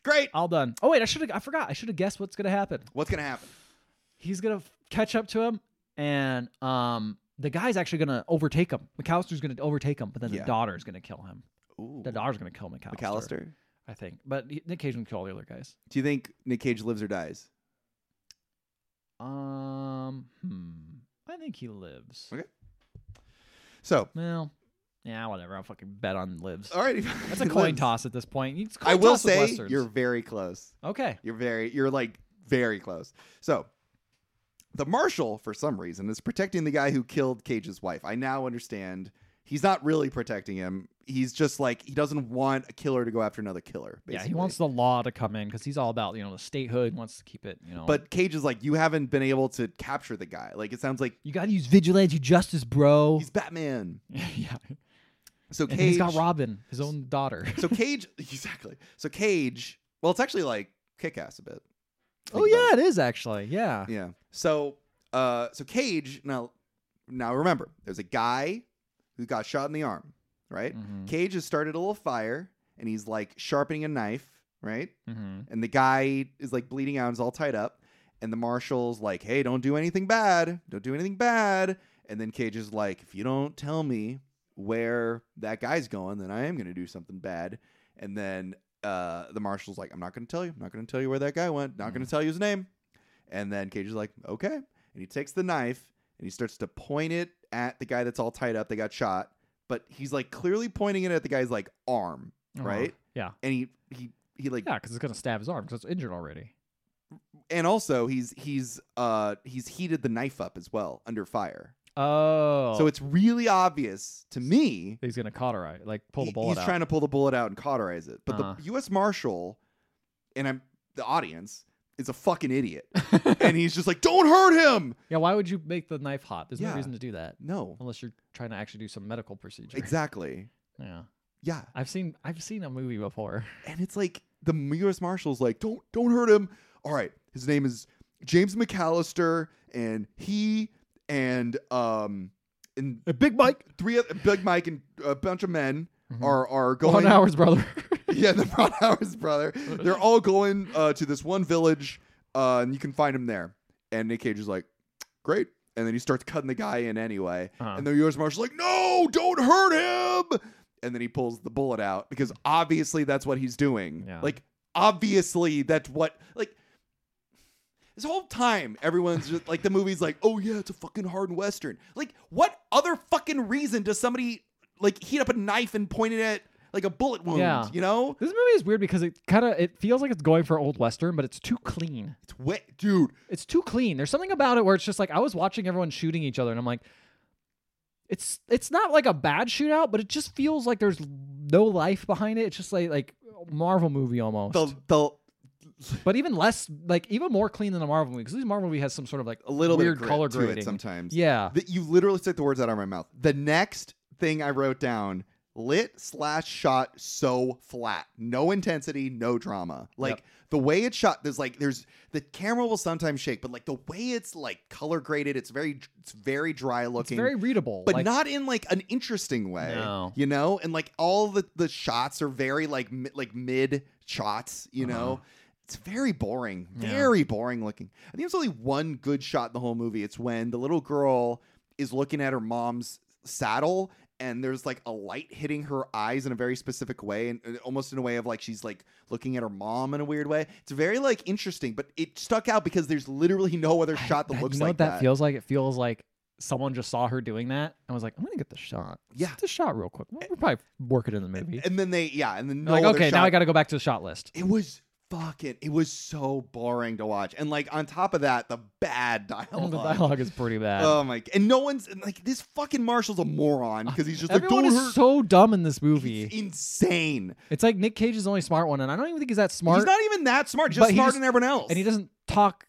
Speaker 2: great.
Speaker 1: all done. Oh wait, I should have. I forgot. I should have guessed what's gonna happen.
Speaker 2: What's gonna happen?
Speaker 1: He's gonna f- catch up to him, and um, the guy's actually gonna overtake him. McAllister's gonna overtake him, but then
Speaker 2: Yeah.
Speaker 1: the daughter's gonna kill him.
Speaker 2: Ooh,
Speaker 1: The daughter's gonna kill McAllister.
Speaker 2: McAllister.
Speaker 1: I think. But he, Nick Cage can kill all the other guys.
Speaker 2: Do you think Nick Cage lives or dies?
Speaker 1: Um, hmm. I think he lives.
Speaker 2: Okay. So,
Speaker 1: Well, yeah, whatever. I'll fucking bet on lives.
Speaker 2: all right.
Speaker 1: That's a coin toss at this point. It's coin
Speaker 2: I will
Speaker 1: toss with
Speaker 2: say
Speaker 1: Westerns.
Speaker 2: you're very close.
Speaker 1: okay.
Speaker 2: You're very, you're like very close. So, the marshal, for some reason, is protecting the guy who killed Cage's wife. I now understand he's not really protecting him. He's just like, he doesn't want a killer to go after another killer. Basically.
Speaker 1: Yeah, he wants the law to come in because he's all about you know the statehood. Wants to keep it you know.
Speaker 2: But Cage is like, you haven't been able to capture the guy. Like, it sounds like
Speaker 1: you gotta use vigilante justice, bro.
Speaker 2: he's Batman.
Speaker 1: yeah.
Speaker 2: So,
Speaker 1: And
Speaker 2: Cage.
Speaker 1: he's got Robin, his own daughter.
Speaker 2: So, Cage, exactly. So, Cage, well, it's actually like kick ass a bit.
Speaker 1: oh
Speaker 2: Think about
Speaker 1: yeah, it is actually. Yeah.
Speaker 2: Yeah. So uh so Cage now now remember, there's a guy who got shot in the arm, right?
Speaker 1: Mhm,
Speaker 2: Cage has started a little fire and he's like sharpening a knife, right?
Speaker 1: mhm.
Speaker 2: And the guy is like bleeding out, is all tied up, and the marshal's like, "Hey, don't do anything bad. Don't do anything bad." And then Cage is like, "If you don't tell me where that guy's going, then I am going to do something bad." And then uh, the marshal's like, "I'm not going to tell you. I'm not going to tell you where that guy went. Not going to tell you his name." And then Cage is like, "Okay." And he takes the knife and he starts to point it at the guy that's all tied up. They got shot, but he's like clearly pointing it at the guy's like arm,
Speaker 1: Uh-huh.
Speaker 2: right?
Speaker 1: Yeah.
Speaker 2: And he he he like
Speaker 1: Yeah, because it's gonna stab his arm because it's injured already.
Speaker 2: and also he's he's uh he's heated the knife up as well under fire
Speaker 1: Oh.
Speaker 2: so it's really obvious to me
Speaker 1: he's gonna cauterize, like pull
Speaker 2: he-
Speaker 1: the bullet
Speaker 2: he's
Speaker 1: out.
Speaker 2: trying to pull the bullet out and cauterize it but
Speaker 1: Uh-huh.
Speaker 2: the us marshal and i'm the audience is a fucking idiot and he's just like don't hurt him
Speaker 1: yeah. Why would you make the knife hot? There's
Speaker 2: Yeah.
Speaker 1: no reason to do that
Speaker 2: no
Speaker 1: unless you're trying to actually do some medical procedure.
Speaker 2: exactly
Speaker 1: Yeah.
Speaker 2: yeah
Speaker 1: I've seen I've seen a movie before.
Speaker 2: and it's like the U.S. Marshal's like, don't don't hurt him. All right, his name is James McAllister, and he and um and Big Mike, three oth- Big Mike, and a bunch of men
Speaker 1: Mm-hmm.
Speaker 2: are are going.
Speaker 1: One hours, brother.
Speaker 2: Yeah, the Brown Hours brother. They're all going uh, to this one village, uh, and you can find him there. And Nick Cage is like, great. And then he starts cutting the guy in anyway.
Speaker 1: Uh-huh.
Speaker 2: And the U.S. Marshal's like, no, don't hurt him. And then he pulls the bullet out because obviously that's what he's doing.
Speaker 1: Yeah.
Speaker 2: Like, obviously that's what, like, this whole time everyone's just like, the movie's like, oh yeah, it's a fucking hard Western. Like, what other fucking reason does somebody, like, heat up a knife and point it at, like, a bullet wound,
Speaker 1: Yeah.
Speaker 2: you know?
Speaker 1: this movie is weird because it kind of it feels like it's going for old western, but it's too clean.
Speaker 2: It's wet, dude.
Speaker 1: It's too clean. There's something about it where it's just like I was watching everyone shooting each other, and I'm like, it's it's not like a bad shootout, but it just feels like there's no life behind it. It's just like like a Marvel movie almost,
Speaker 2: The the
Speaker 1: but even less like even more clean than a Marvel movie because these Marvel movie has some sort of like
Speaker 2: a little
Speaker 1: weird
Speaker 2: bit of grit
Speaker 1: color
Speaker 2: to
Speaker 1: grading
Speaker 2: it sometimes.
Speaker 1: Yeah,
Speaker 2: That you literally took the words out of my mouth. The next thing I wrote down lit slash shot so flat. No intensity, no drama. Like
Speaker 1: Yep.
Speaker 2: the way it's shot, there's like there's the camera will sometimes shake, but like the way it's like color graded, it's very it's very dry
Speaker 1: it's
Speaker 2: looking.
Speaker 1: very readable,
Speaker 2: but
Speaker 1: like,
Speaker 2: not in like an interesting way,
Speaker 1: No.
Speaker 2: you know. And like all the the shots are very like mi- like mid shots, you know. It's very boring,
Speaker 1: Uh-huh. Yeah.
Speaker 2: very boring looking. I think there's only one good shot in the whole movie. It's when the little girl is looking at her mom's saddle and there's like a light hitting her eyes in a very specific way and, and almost in a way of like she's like looking at her mom in a weird way it's very like interesting but it stuck out because there's literally no other shot that,
Speaker 1: That-
Speaker 2: looks
Speaker 1: you know
Speaker 2: like
Speaker 1: what that, feels like? It feels like someone just saw her doing that and was like, "I'm gonna get the shot." Let's
Speaker 2: Yeah.
Speaker 1: get the shot real quick. We'll, we'll probably work it in the movie.
Speaker 2: and then they yeah and then no
Speaker 1: like,
Speaker 2: other
Speaker 1: okay, now
Speaker 2: shot-
Speaker 1: I got to go back to the shot list.
Speaker 2: it was fucking it was so boring to watch and like on top of that the bad dialogue,
Speaker 1: the dialogue is pretty bad.
Speaker 2: oh my and no one's and, like this fucking marshall's a moron because he's just
Speaker 1: Uh, Everyone
Speaker 2: like
Speaker 1: is
Speaker 2: don't hurt
Speaker 1: so dumb in this
Speaker 2: It's
Speaker 1: movie.
Speaker 2: insane
Speaker 1: It's like Nick Cage is the only smart one, and I don't even think he's that smart.
Speaker 2: he's not even that smart
Speaker 1: But
Speaker 2: just
Speaker 1: he
Speaker 2: smarter
Speaker 1: just-
Speaker 2: than everyone else
Speaker 1: and he doesn't talk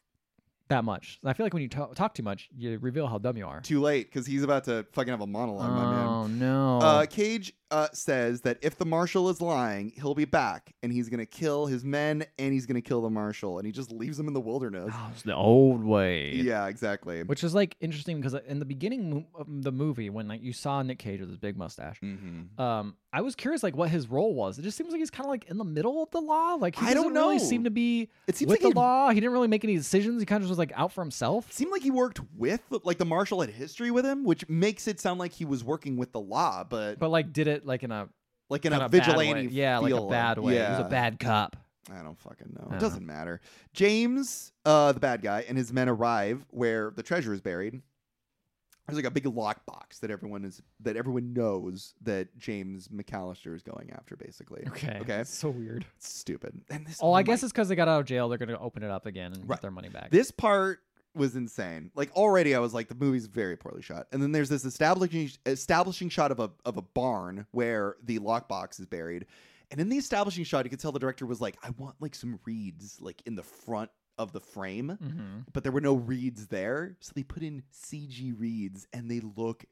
Speaker 1: that much. And I feel like when you ta- talk too much, you reveal how dumb you are.
Speaker 2: too late because he's about to fucking have a monologue my man
Speaker 1: Oh no!
Speaker 2: Uh, Cage uh, says that if the marshal is lying, he'll be back and he's gonna kill his men and he's gonna kill the marshal and he just leaves them in the wilderness.
Speaker 1: Oh, it's the old way.
Speaker 2: yeah, exactly.
Speaker 1: Which is like interesting because in the beginning mo- of the movie, when like you saw Nick Cage with his big mustache,
Speaker 2: Mm-hmm.
Speaker 1: um, I was curious like what his role was. It just seems like he's kind of like in the middle of the law. Like he
Speaker 2: I don't
Speaker 1: doesn't really
Speaker 2: know.
Speaker 1: seem to be
Speaker 2: It seems
Speaker 1: with
Speaker 2: like
Speaker 1: the
Speaker 2: he
Speaker 1: law. He didn't really make any decisions. He kind of just was like out for himself.
Speaker 2: seemed like he worked with like the marshal had history with him, which makes it sound like he was working with the law, but,
Speaker 1: But like did it like in a
Speaker 2: like in
Speaker 1: kinda
Speaker 2: a
Speaker 1: bad
Speaker 2: vigilante,
Speaker 1: way. yeah, like
Speaker 2: feel.
Speaker 1: a bad way. He
Speaker 2: Yeah.
Speaker 1: was a bad cop.
Speaker 2: I don't fucking know.
Speaker 1: I
Speaker 2: It
Speaker 1: don't
Speaker 2: doesn't matter. James, uh, the bad guy, and his men arrive where the treasure is buried. There's like a big lockbox that everyone is that everyone knows that James McAllister is going after, basically.
Speaker 1: Okay,
Speaker 2: Okay.
Speaker 1: It's so weird.
Speaker 2: It's stupid. And this
Speaker 1: Oh, I guess
Speaker 2: my-
Speaker 1: it's because they got out of jail. They're gonna open it up again and
Speaker 2: Right.
Speaker 1: get their money back.
Speaker 2: this part was insane. Like already, I was like, the movie's very poorly shot. And then there's this establishing establishing shot of a of a barn where the lockbox is buried. And in the establishing shot, you could tell the director was like, I want like some reeds like in the front of the frame,
Speaker 1: Mhm.
Speaker 2: but there were no reeds there, so they put in CG reeds, and they look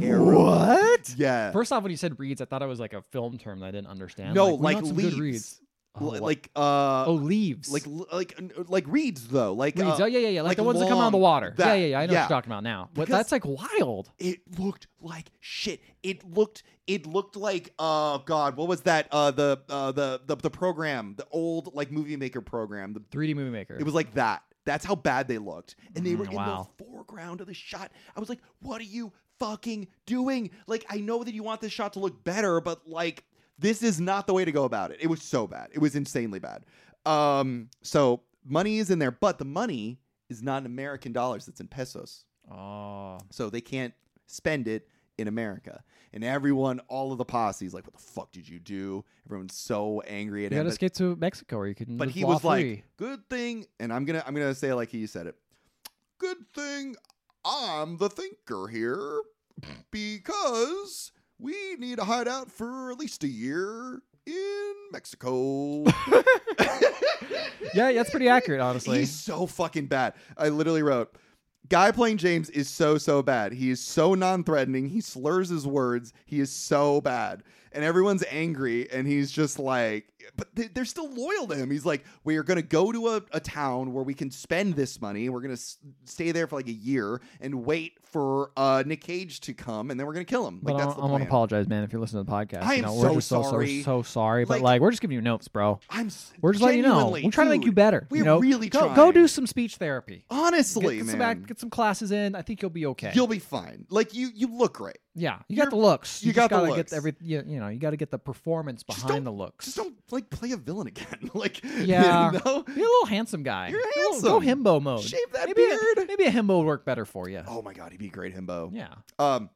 Speaker 2: terrible. What? Yeah.
Speaker 1: First off, when you said reeds, I thought it was like a film term that I didn't understand.
Speaker 2: no,
Speaker 1: like, we
Speaker 2: like,
Speaker 1: want some good
Speaker 2: leaves.
Speaker 1: reeds. Oh,
Speaker 2: L-
Speaker 1: what-
Speaker 2: like uh
Speaker 1: oh leaves,
Speaker 2: like like like reeds though. Like
Speaker 1: reeds.
Speaker 2: uh,
Speaker 1: oh yeah, yeah, yeah, like,
Speaker 2: like
Speaker 1: the ones that come out of the
Speaker 2: long-
Speaker 1: water. yeah,
Speaker 2: that-
Speaker 1: yeah, yeah. I know
Speaker 2: yeah.
Speaker 1: what you're talking about now. But
Speaker 2: Because-
Speaker 1: that's like wild.
Speaker 2: it looked like shit. It looked it looked like oh god, what was that? Uh the uh the the, the program, the old like movie maker program. The,
Speaker 1: 3D movie maker.
Speaker 2: it was like that. That's how bad they looked. And they
Speaker 1: Mm, wow.
Speaker 2: were in the foreground of the shot. I was like, what are you fucking doing? Like I know that you want this shot to look better, but like this is not the way to go about it. It was so bad. It was insanely bad. Um so money is in there, but the money is not in American dollars, it's in pesos.
Speaker 1: oh,
Speaker 2: So they can't spend it in America. And everyone, all of the posse is like, what the fuck did you do? Everyone's so angry at
Speaker 1: you
Speaker 2: him.
Speaker 1: gotta
Speaker 2: But,
Speaker 1: escape to Mexico, or you can.
Speaker 2: but
Speaker 1: live
Speaker 2: he was
Speaker 1: law-free.
Speaker 2: like, good thing. And I'm going to, I'm going to say it like he said it. Good thing I'm the thinker here because we need a hideout for at least a year in Mexico.
Speaker 1: yeah, yeah, that's pretty accurate, honestly.
Speaker 2: He's so fucking bad. I literally wrote, Guy playing James is so, so bad. He is so non threatening. He slurs his words. He is so bad. And everyone's angry. And he's just like, but they- they're still loyal to him. He's like, we are going to go to a, a town where we can spend this money. We're going to s- stay there for like a year and wait for uh, Nick Cage to come. And then we're going to kill him.
Speaker 1: but
Speaker 2: Like,
Speaker 1: I-
Speaker 2: that's the
Speaker 1: I want to
Speaker 2: plan.
Speaker 1: apologize, man. If you're listening to the podcast,
Speaker 2: I
Speaker 1: you
Speaker 2: am
Speaker 1: know,
Speaker 2: so
Speaker 1: we're just so,
Speaker 2: sorry.
Speaker 1: so so sorry. but
Speaker 2: Like-
Speaker 1: like, we're just giving you notes, bro.
Speaker 2: I'm s-
Speaker 1: We're just letting you know.
Speaker 2: genuinely,
Speaker 1: We're trying to make you
Speaker 2: dude,
Speaker 1: better.
Speaker 2: We're
Speaker 1: you know?
Speaker 2: really
Speaker 1: go,
Speaker 2: trying.
Speaker 1: Go do some speech therapy.
Speaker 2: Honestly,
Speaker 1: get, get
Speaker 2: man.
Speaker 1: some back, get some classes in. I think you'll be okay.
Speaker 2: You'll be fine. Like you, you look great.
Speaker 1: yeah, you
Speaker 2: you're-
Speaker 1: got the looks.
Speaker 2: you
Speaker 1: just
Speaker 2: got the
Speaker 1: gotta get
Speaker 2: looks.
Speaker 1: every. You, you know, you got to get the performance
Speaker 2: Just
Speaker 1: behind
Speaker 2: don't-
Speaker 1: the looks.
Speaker 2: Just don't like play a villain again. like,
Speaker 1: Yeah.
Speaker 2: you know?
Speaker 1: Be a little handsome guy.
Speaker 2: You're
Speaker 1: Go- Go,
Speaker 2: handsome.
Speaker 1: himbo mode.
Speaker 2: Shave that
Speaker 1: maybe A,
Speaker 2: beard.
Speaker 1: maybe a himbo would work better for you.
Speaker 2: Oh my god, he'd be a great himbo.
Speaker 1: Yeah.
Speaker 2: Um,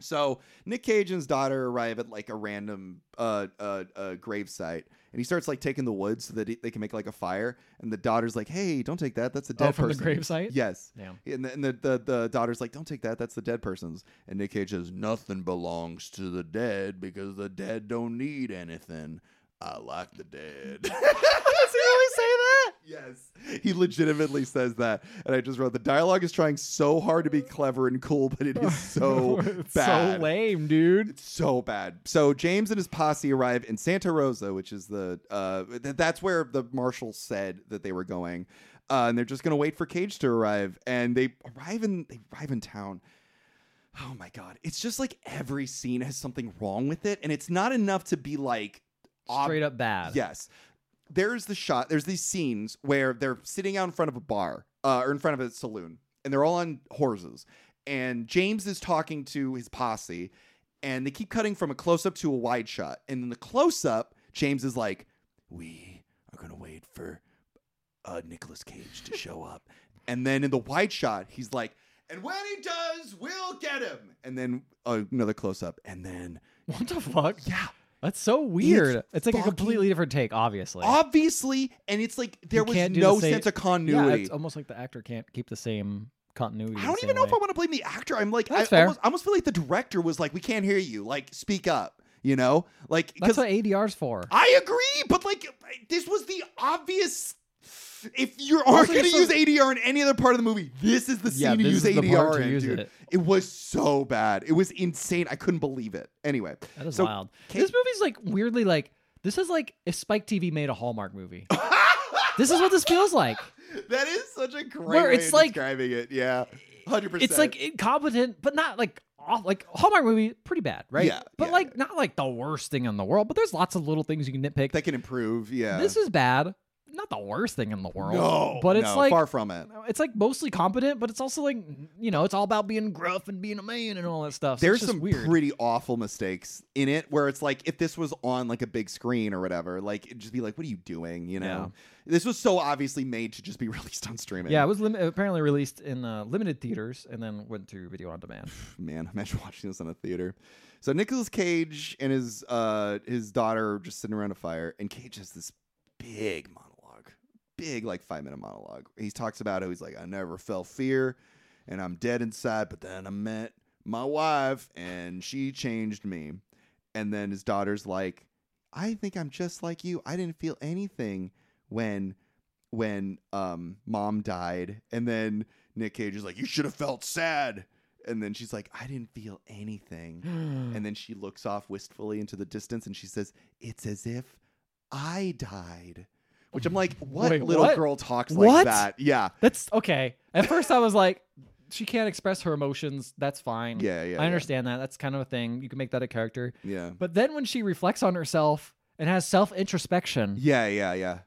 Speaker 2: so Nick Cage and his daughter arrive at like a random uh uh, uh grave site, and he starts like taking the wood so that he, they can make like a fire. And the daughter's like, "Hey, don't take that. That's a dead
Speaker 1: oh, from
Speaker 2: person."
Speaker 1: the gravesite.
Speaker 2: Yes.
Speaker 1: Damn.
Speaker 2: And, the, and the, the the daughter's like, "Don't take that. That's the dead person's." And Nick Cage says, "Nothing belongs to the dead because the dead don't need anything. I like the dead." Does he really say that? Yes, he legitimately says that. And I just wrote, "The dialogue is trying so hard to be clever and cool, but it is so
Speaker 1: It's
Speaker 2: bad."
Speaker 1: So lame, dude.
Speaker 2: It's so bad. So James and his posse arrive in Santa Rosa, which is the uh, th- that's where the marshal said that they were going, uh, and they're just gonna wait for Cage to arrive. And they arrive in they arrive in town. Oh my god! It's just like every scene has something wrong with it, and it's not enough to be like ob-
Speaker 1: Straight up bad.
Speaker 2: Yes. There's the shot, there's these scenes where they're sitting out in front of a bar uh, or in front of a saloon and they're all on horses. And James is talking to his posse and they keep cutting from a close up to a wide shot. And in the close up, James is like, "We are gonna wait for uh, Nicolas Cage to show up," and then in the wide shot, he's like, "And when he does, we'll get him." And then uh, another close up, and then
Speaker 1: What the fuck?
Speaker 2: yeah,
Speaker 1: That's so weird. It's, like a
Speaker 2: fucking-
Speaker 1: completely different take, obviously.
Speaker 2: obviously, and it's like there
Speaker 1: You
Speaker 2: was
Speaker 1: can't do the
Speaker 2: no
Speaker 1: same-
Speaker 2: sense of
Speaker 1: Yeah,
Speaker 2: continuity.
Speaker 1: it's almost like the actor can't keep the same continuity.
Speaker 2: I don't even know if I want to blame the actor. I'm like, I
Speaker 1: That's fair.
Speaker 2: almost, I almost feel like the director was like, "We can't hear you. Like, speak up." You know, like
Speaker 1: That's
Speaker 2: because
Speaker 1: what ADR's for.
Speaker 2: I agree, but like this was the obvious. If you aren't
Speaker 1: Also,
Speaker 2: going to
Speaker 1: you're
Speaker 2: use
Speaker 1: so-
Speaker 2: ADR in any other part of the movie, this is the scene
Speaker 1: Yeah,
Speaker 2: to
Speaker 1: this
Speaker 2: use
Speaker 1: is the part
Speaker 2: ADR
Speaker 1: to
Speaker 2: in,
Speaker 1: use
Speaker 2: dude. It.
Speaker 1: it.
Speaker 2: was so bad. It was insane. I couldn't believe it. Anyway,
Speaker 1: That is
Speaker 2: so-
Speaker 1: wild.
Speaker 2: Kate-
Speaker 1: this movie's like weirdly like this is like if Spike TV made a Hallmark movie. this is what this feels like.
Speaker 2: that is such a great
Speaker 1: Where
Speaker 2: way
Speaker 1: it's
Speaker 2: of
Speaker 1: like-
Speaker 2: describing it. Yeah, hundred percent.
Speaker 1: It's like incompetent, but not like off, like Hallmark movie, pretty bad, right?
Speaker 2: Yeah,
Speaker 1: But
Speaker 2: yeah,
Speaker 1: like not like the worst thing in the world. But there's lots of little things you can nitpick.
Speaker 2: that can improve. Yeah,
Speaker 1: This is bad. Not the worst thing in the world.
Speaker 2: no,
Speaker 1: but it's
Speaker 2: no,
Speaker 1: like
Speaker 2: far from it.
Speaker 1: it's like mostly competent, but it's also like you know, it's all about being gruff and being a man and all that stuff. So it's
Speaker 2: There's
Speaker 1: just
Speaker 2: some
Speaker 1: weird.
Speaker 2: pretty awful mistakes in it where it's like if this was on like a big screen or whatever, like it'd just be like, what are you doing? You know, this was so obviously made to just be released on streaming.
Speaker 1: yeah, it was lim- apparently released in uh, limited theaters and then went to video on demand.
Speaker 2: man, imagine watching this in a theater. So Nicolas Cage and his uh his daughter are just sitting around a fire, and Cage has this big monologue, big like five minute monologue. He talks about how he's like, I never felt fear, and I'm dead inside, but then I met my wife, and she changed me. And then his daughter's like, I think I'm just like you. I didn't feel anything when when um mom died, and then Nick Cage is like, you should have felt sad. And then she's like, I didn't feel anything. And then she looks off wistfully into the distance and she says, It's as if I died. Which I'm like, what
Speaker 1: Wait,
Speaker 2: little
Speaker 1: what?
Speaker 2: girl talks like
Speaker 1: What?
Speaker 2: that? Yeah.
Speaker 1: That's okay. At first, I was like, she can't express her emotions. That's fine.
Speaker 2: Yeah, yeah,
Speaker 1: I Hmm.
Speaker 2: yeah.
Speaker 1: understand that. That's kind of a thing. You can make that a character.
Speaker 2: Yeah.
Speaker 1: But then when she reflects on herself and has self introspection,
Speaker 2: Yeah, yeah, yeah.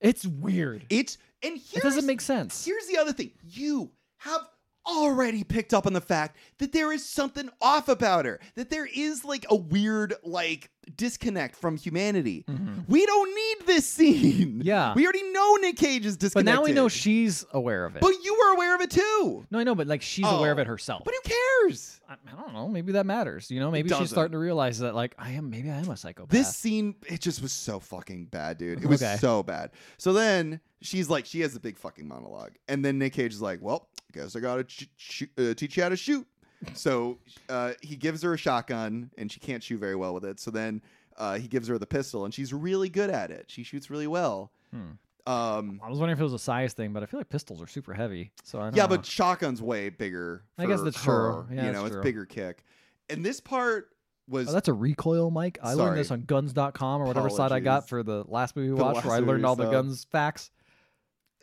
Speaker 1: it's weird.
Speaker 2: It's and here's
Speaker 1: It doesn't make sense.
Speaker 2: here's the other thing. You have already picked up on the fact that there is something off about her. That there is like a weird like disconnect from humanity. We don't need this scene.
Speaker 1: Mm-hmm. Yeah.
Speaker 2: We already know Nick Cage is
Speaker 1: But
Speaker 2: disconnected.
Speaker 1: now we know she's aware of it.
Speaker 2: But you were aware of it too.
Speaker 1: no, I know, but like she's aware of
Speaker 2: Oh,
Speaker 1: it herself.
Speaker 2: But who cares?
Speaker 1: I, I don't know. Maybe that matters. You know, maybe she's
Speaker 2: doesn't.
Speaker 1: starting to realize that, like, I am, maybe I am a psychopath.
Speaker 2: This scene, it just was so fucking bad, dude. It was
Speaker 1: Okay.
Speaker 2: so bad. So then she's like, she has a big fucking monologue, and then Nick Cage is like, "Well, guess I gotta ch- shoot, uh, teach you how to shoot." So uh, he gives her a shotgun, and she can't shoot very well with it. So then uh, he gives her the pistol, and she's really good at it. She shoots really well. Um,
Speaker 1: Hmm. I was wondering if it was a size thing, but I feel like pistols are super heavy. So I don't
Speaker 2: yeah,
Speaker 1: know.
Speaker 2: but shotgun's way bigger.
Speaker 1: I guess
Speaker 2: for
Speaker 1: that's
Speaker 2: her,
Speaker 1: true. Yeah,
Speaker 2: you
Speaker 1: that's
Speaker 2: know, it's
Speaker 1: true.
Speaker 2: bigger kick. And this part was
Speaker 1: Oh, that's a recoil, Mike. I learned this
Speaker 2: Sorry.
Speaker 1: on guns.com or whatever site I
Speaker 2: Apologies.
Speaker 1: got for the last movie we
Speaker 2: The
Speaker 1: watched where
Speaker 2: last
Speaker 1: I
Speaker 2: movie we
Speaker 1: learned all the
Speaker 2: saw.
Speaker 1: guns facts.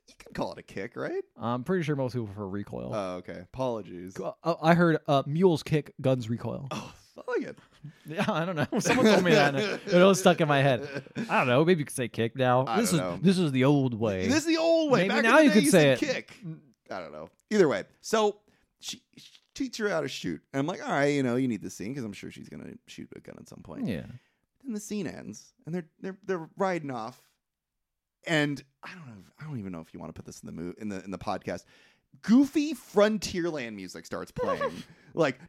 Speaker 2: you can call it a kick, right?
Speaker 1: I'm pretty sure most people prefer recoil.
Speaker 2: Oh, okay. Apologies.
Speaker 1: Uh, uh, I heard uh, mules kick, guns recoil.
Speaker 2: Oh, fuck it.
Speaker 1: Yeah, I don't know. Someone told me that. and It all stuck in my head. I don't know. Maybe you could say kick now.
Speaker 2: I
Speaker 1: this
Speaker 2: don't
Speaker 1: is
Speaker 2: know.
Speaker 1: this is the old way.
Speaker 2: This is the old way.
Speaker 1: Maybe
Speaker 2: Back in
Speaker 1: now
Speaker 2: the
Speaker 1: you
Speaker 2: day,
Speaker 1: could say
Speaker 2: said
Speaker 1: it. Mm.
Speaker 2: kick. I don't know. Either way, so she, she teach her how to shoot, and I'm like, all right, you know, you need this scene because I'm sure she's gonna shoot a gun at some point.
Speaker 1: yeah.
Speaker 2: Then the scene ends, and they're they're they're riding off, and I don't know. if- I don't even know if you want to put this in the move in the in the podcast. Goofy Frontierland music starts playing. Like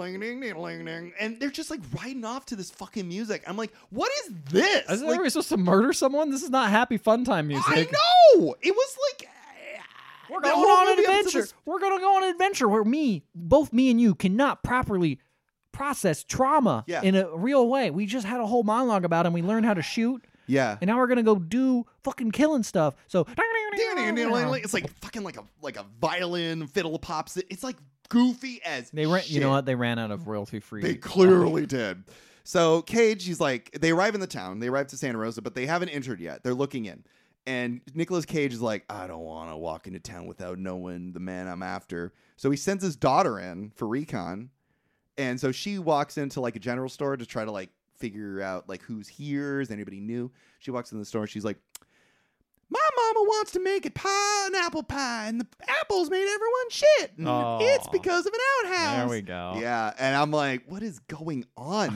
Speaker 2: and they're just like riding off to this fucking music. I'm like, what is this?
Speaker 1: Isn't
Speaker 2: Like,
Speaker 1: everybody supposed to murder someone? This is not happy fun time music.
Speaker 2: I know. It was like
Speaker 1: We're
Speaker 2: the
Speaker 1: going
Speaker 2: whole
Speaker 1: on an
Speaker 2: movie up until
Speaker 1: adventure.
Speaker 2: this-
Speaker 1: We're going to go on an adventure where me, both me and you, cannot properly process trauma
Speaker 2: Yeah.
Speaker 1: in a real way. We just had a whole monologue about it and we learned how to shoot.
Speaker 2: Yeah.
Speaker 1: And now we're going to go do fucking killing stuff. So.
Speaker 2: It's like fucking like a like a violin fiddle pops. it. It's like goofy as
Speaker 1: They ran, you know
Speaker 2: shit.
Speaker 1: what? They ran out of royalty free.
Speaker 2: They clearly did. So Cage, he's like, they arrive in the town. They arrive to Santa Rosa, but they haven't entered yet. They're looking in. And Nicolas Cage is like, I don't want to walk into town without knowing the man I'm after. So he sends his daughter in for recon. And so she walks into like a general store to try to like figure out like who's here, is anybody new? She walks in the store. She's like, My mama wants to make a pie, an apple pie, and the apples made everyone shit. And
Speaker 1: Oh.
Speaker 2: it's because of an outhouse.
Speaker 1: There we go.
Speaker 2: Yeah, and I'm like, what is going on?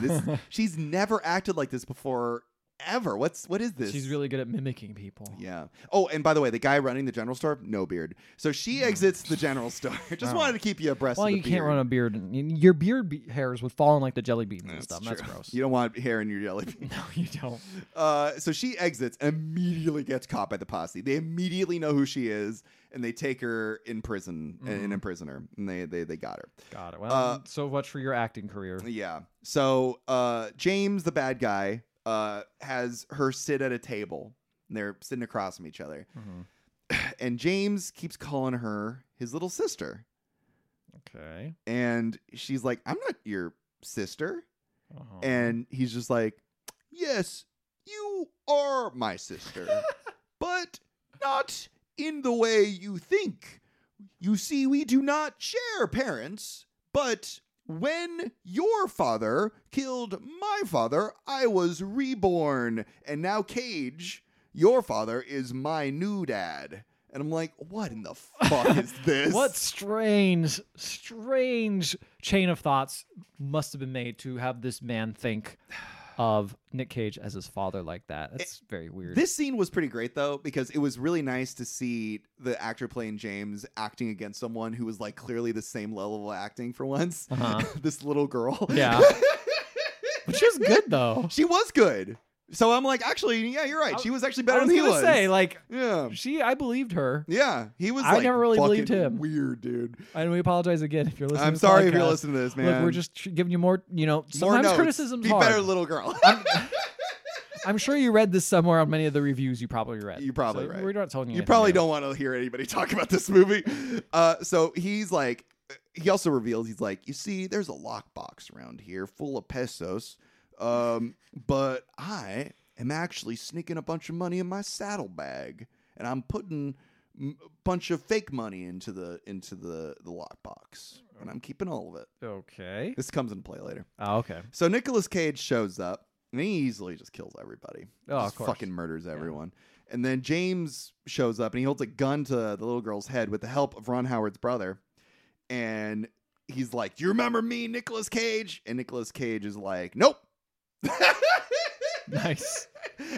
Speaker 2: This she's never acted like this before ever. What's what is this?
Speaker 1: She's really good at mimicking people.
Speaker 2: Yeah. Oh, and by the way, the guy running the general store, no beard. So she exits the general store. Just wanted to keep you abreast.
Speaker 1: Hmm. Oh. Well,
Speaker 2: of the
Speaker 1: you can't
Speaker 2: beard.
Speaker 1: run a beard. And your beard be- hairs would fall in like the jelly beans and
Speaker 2: That's
Speaker 1: stuff.
Speaker 2: true.
Speaker 1: That's gross.
Speaker 2: You don't want hair in your jelly bean.
Speaker 1: no, you don't.
Speaker 2: Uh, so she exits and immediately gets caught by the posse. They immediately know who she is and they take her in prison
Speaker 1: Mm-hmm.
Speaker 2: and imprison her. And they, they, they got her.
Speaker 1: Got it. Well,
Speaker 2: Uh,
Speaker 1: so much for your acting career.
Speaker 2: Yeah. So uh, James, the bad guy, uh, has her sit at a table. And they're sitting across from each other.
Speaker 1: Mhm.
Speaker 2: And James keeps calling her his little sister.
Speaker 1: Okay.
Speaker 2: And she's like, I'm not your sister.
Speaker 1: Uh-huh.
Speaker 2: and he's just like, "Yes, you are my sister, but not in the way you think. You see, we do not share parents, but when your father killed my father, I was reborn, and now Cage, your father is my new dad." And I'm like, "What in the fuck is this?
Speaker 1: what strange, strange chain of thoughts must have been made to have this man think of Nick Cage as his father like that? That's very weird.
Speaker 2: This scene was pretty great though because it was really nice to see the actor playing James acting against someone who was like clearly the same level of acting for once.
Speaker 1: Uh-huh.
Speaker 2: this little girl.
Speaker 1: Yeah. Which is good though.
Speaker 2: she was good. So I'm like, actually, yeah, you're right. She was actually better
Speaker 1: I was
Speaker 2: than he
Speaker 1: gonna
Speaker 2: was.
Speaker 1: say like
Speaker 2: yeah.
Speaker 1: she, I believed her,
Speaker 2: Yeah, he was.
Speaker 1: I
Speaker 2: like,
Speaker 1: never really believed
Speaker 2: fucking
Speaker 1: him.
Speaker 2: Weird dude.
Speaker 1: and we apologize again if you're listening.
Speaker 2: I'm
Speaker 1: to this
Speaker 2: sorry if you're
Speaker 1: podcast.
Speaker 2: listening to this, man.
Speaker 1: Look, we're just tr- giving you more. You know,
Speaker 2: More
Speaker 1: sometimes
Speaker 2: notes.
Speaker 1: criticism's
Speaker 2: Be
Speaker 1: hard.
Speaker 2: better, little girl.
Speaker 1: I'm sure you read this somewhere on many of the reviews you probably read.
Speaker 2: You're probably
Speaker 1: So
Speaker 2: right.
Speaker 1: We're not telling you.
Speaker 2: You
Speaker 1: anything
Speaker 2: probably
Speaker 1: new.
Speaker 2: don't want to hear anybody talk about this movie. Uh, so he's like, he also reveals he's like, you see, there's a lockbox around here full of pesos, um, but I am actually sneaking a bunch of money in my saddlebag, and I'm putting m- a bunch of fake money into the into the the lockbox, and I'm keeping all of it.
Speaker 1: Okay.
Speaker 2: This comes into play later.
Speaker 1: Oh, okay.
Speaker 2: So Nicolas Cage shows up and he easily just kills everybody.
Speaker 1: Oh, of
Speaker 2: Just
Speaker 1: course.
Speaker 2: fucking murders everyone. And then James shows up and he holds a gun to the little girl's head with the help of Ron Howard's brother. And he's like, You remember me, Nicolas Cage? And Nicolas Cage is like, Nope.
Speaker 1: Nice.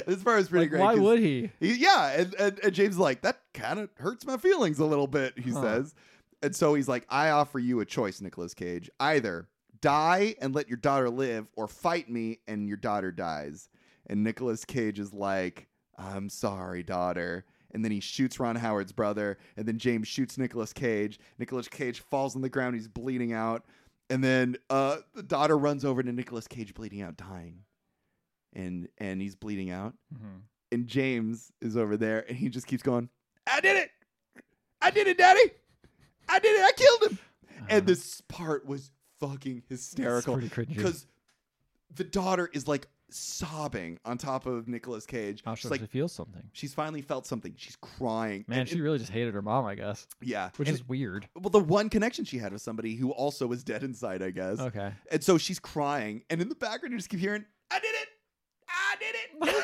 Speaker 2: this part is pretty
Speaker 1: Like,
Speaker 2: great.
Speaker 1: why
Speaker 2: 'cause
Speaker 1: would he?
Speaker 2: he- yeah, and, and, and James is like, that kind of hurts my feelings a little bit, he
Speaker 1: Huh.
Speaker 2: says. And so he's like, I offer you a choice, Nicolas Cage. Either die and let your daughter live, or fight me and your daughter dies. And Nicolas Cage is like, I'm sorry, daughter. And then he shoots Ron Howard's brother, and then James shoots Nicolas Cage. Nicolas Cage falls on the ground, he's bleeding out. And then uh, the daughter runs over to Nicolas Cage bleeding out, dying. And and he's bleeding out and James is over there, and he just keeps going, "I did it, I did it, Daddy, I did it, I killed him." And this part was fucking hysterical
Speaker 1: Uh-huh. pretty cringy.
Speaker 2: because the daughter is like sobbing on top of Nicolas Cage.
Speaker 1: How
Speaker 2: She's
Speaker 1: should
Speaker 2: like,
Speaker 1: she feel something?
Speaker 2: she's finally felt something. She's crying.
Speaker 1: Man,
Speaker 2: And-
Speaker 1: she really just hated her mom, I guess,
Speaker 2: yeah,
Speaker 1: which
Speaker 2: And-
Speaker 1: is weird.
Speaker 2: well the one connection she had with somebody who also was dead inside, I guess.
Speaker 1: Okay.
Speaker 2: And so she's crying, and in the background, you just keep hearing, "I did it, I did it."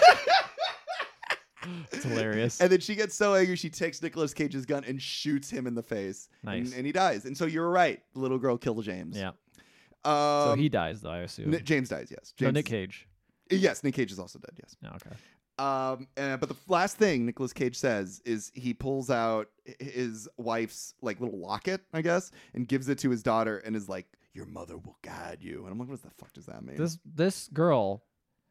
Speaker 1: It's hilarious.
Speaker 2: And then she gets so angry, she takes Nicolas Cage's gun and shoots him in the face.
Speaker 1: Nice.
Speaker 2: And, and he dies. And so you're right. The little girl killed James.
Speaker 1: yeah.
Speaker 2: Um,
Speaker 1: So he dies, though, I assume.
Speaker 2: Ni- James dies, yes. James
Speaker 1: no, Nick
Speaker 2: is-
Speaker 1: Cage.
Speaker 2: Yes, Nick Cage is also dead, yes.
Speaker 1: No, okay.
Speaker 2: Um, and, but the last thing Nicolas Cage says is he pulls out h- his wife's like little locket, I guess, and gives it to his daughter and is like, Your mother will guide you. And I'm like, What the fuck does that mean? Uh,
Speaker 1: This this girl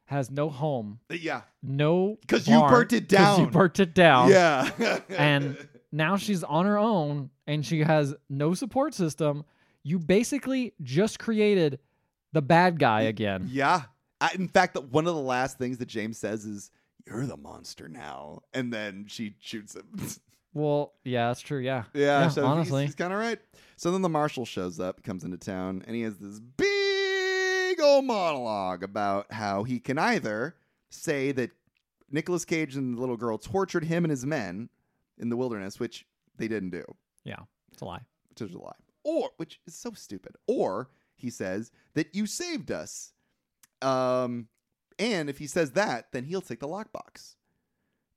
Speaker 1: has no home,
Speaker 2: yeah.
Speaker 1: no.
Speaker 2: 'Cause you
Speaker 1: barn,
Speaker 2: burnt it
Speaker 1: 'cause You
Speaker 2: down.
Speaker 1: burnt it down.
Speaker 2: Yeah.
Speaker 1: And now she's on her own, and she has no support system. You basically just created the bad guy again.
Speaker 2: Yeah. I, in fact, the, one of the last things that James says is, "You're the monster now," and then she shoots him.
Speaker 1: Well, yeah, that's true. Yeah.
Speaker 2: yeah, so he's-
Speaker 1: honestly.
Speaker 2: he's, kind of right. So then the marshal shows up, comes into town, and he has this big old monologue about how he can either say that Nicolas Cage and the little girl tortured him and his men in the wilderness, which they didn't do,
Speaker 1: yeah, it's a lie.
Speaker 2: which is a lie, or which is so stupid, or he says that you saved us. Um, and if he says that, then he'll take the lockbox.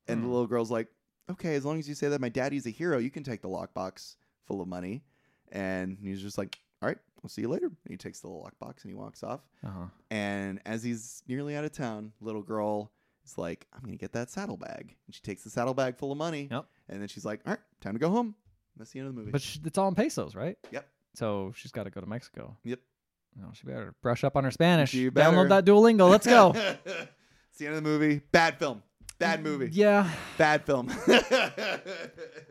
Speaker 2: And the
Speaker 1: Hmm.
Speaker 2: little girl's like, okay, as long as you say that my daddy's a hero, you can take the lockbox full of money. And he's just like, all right, I'll see you later. And he takes the lockbox and he walks off.
Speaker 1: Uh huh.
Speaker 2: And as he's nearly out of town, little girl is like, I'm going to get that saddlebag. And she takes the saddlebag full of money.
Speaker 1: Yep.
Speaker 2: And then she's like, all right, time to go home. That's the end of the movie.
Speaker 1: But sh it's all in pesos, right?
Speaker 2: Yep.
Speaker 1: So she's got to go to Mexico.
Speaker 2: Yep.
Speaker 1: No, she better brush up on her Spanish.
Speaker 2: You better.
Speaker 1: Download that Duolingo. Let's go.
Speaker 2: it's the end of the movie. Bad film. Bad movie.
Speaker 1: yeah,
Speaker 2: Bad film.